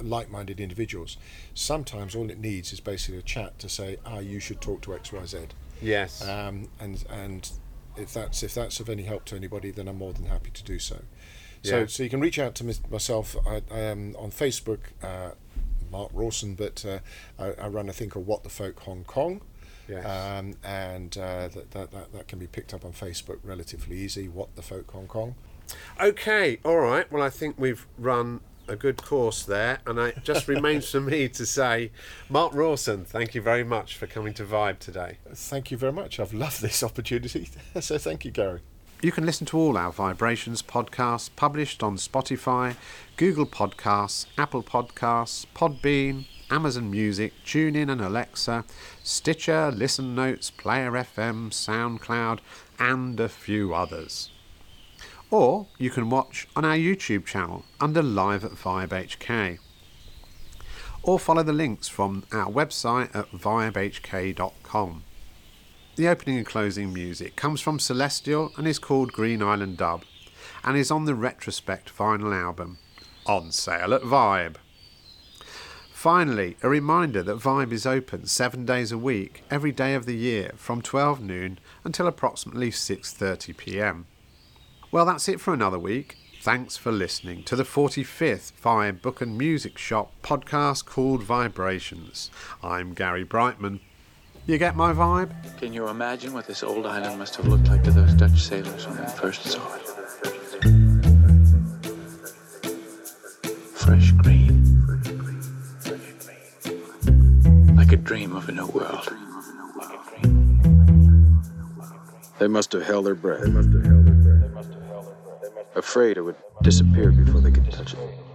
[SPEAKER 2] like-minded individuals. Sometimes all it needs is basically a chat to say, ah, you should talk to X Y Z.
[SPEAKER 1] Yes.
[SPEAKER 2] Uh. Um, and and if that's if that's of any help to anybody, then I'm more than happy to do so. So,
[SPEAKER 1] Yeah.
[SPEAKER 2] so you can reach out to mis- myself. I, I am on Facebook, uh, Mark Rawson, but uh, I, I run a thing called What the Folk Hong Kong.
[SPEAKER 1] Yes.
[SPEAKER 2] Um, and uh, that, that, that, that can be picked up on Facebook relatively easy. What the Folk Hong Kong.
[SPEAKER 1] Okay, all right. Well, I think we've run a good course there, and it
[SPEAKER 2] (laughs)
[SPEAKER 1] just remains for me to say, Mark Rawson, thank you very much for coming to Vibe today.
[SPEAKER 2] Thank you very much. I've loved this (laughs) opportunity. so thank you, Gary.
[SPEAKER 1] You can listen to all our Vibrations podcasts published on Spotify, Google Podcasts, Apple Podcasts, Podbean, Amazon Music, TuneIn and Alexa, Stitcher, Listen Notes, Player FM, SoundCloud, and a few others. Or you can watch on our YouTube channel under Live at Vibe HK. Or follow the links from our website at vibehk.com. The opening and closing music comes from Celestial and is called Green Island Dub and is on the Retrospect vinyl album, on sale at Vibe. Finally, a reminder that Vibe is open seven days a week, every day of the year, from 12 noon until approximately 6:30 p.m. Well, that's it for another week. Thanks for listening to the 45th Vibe Book and Music Shop podcast called Vibrations. I'm Gary Brightman. You get my vibe?
[SPEAKER 3] Can you imagine what this old island must have looked like to those Dutch sailors when they first saw it? Fresh green. Like a dream of a new world.
[SPEAKER 4] They must have held their breath. Afraid it would disappear before they could touch it.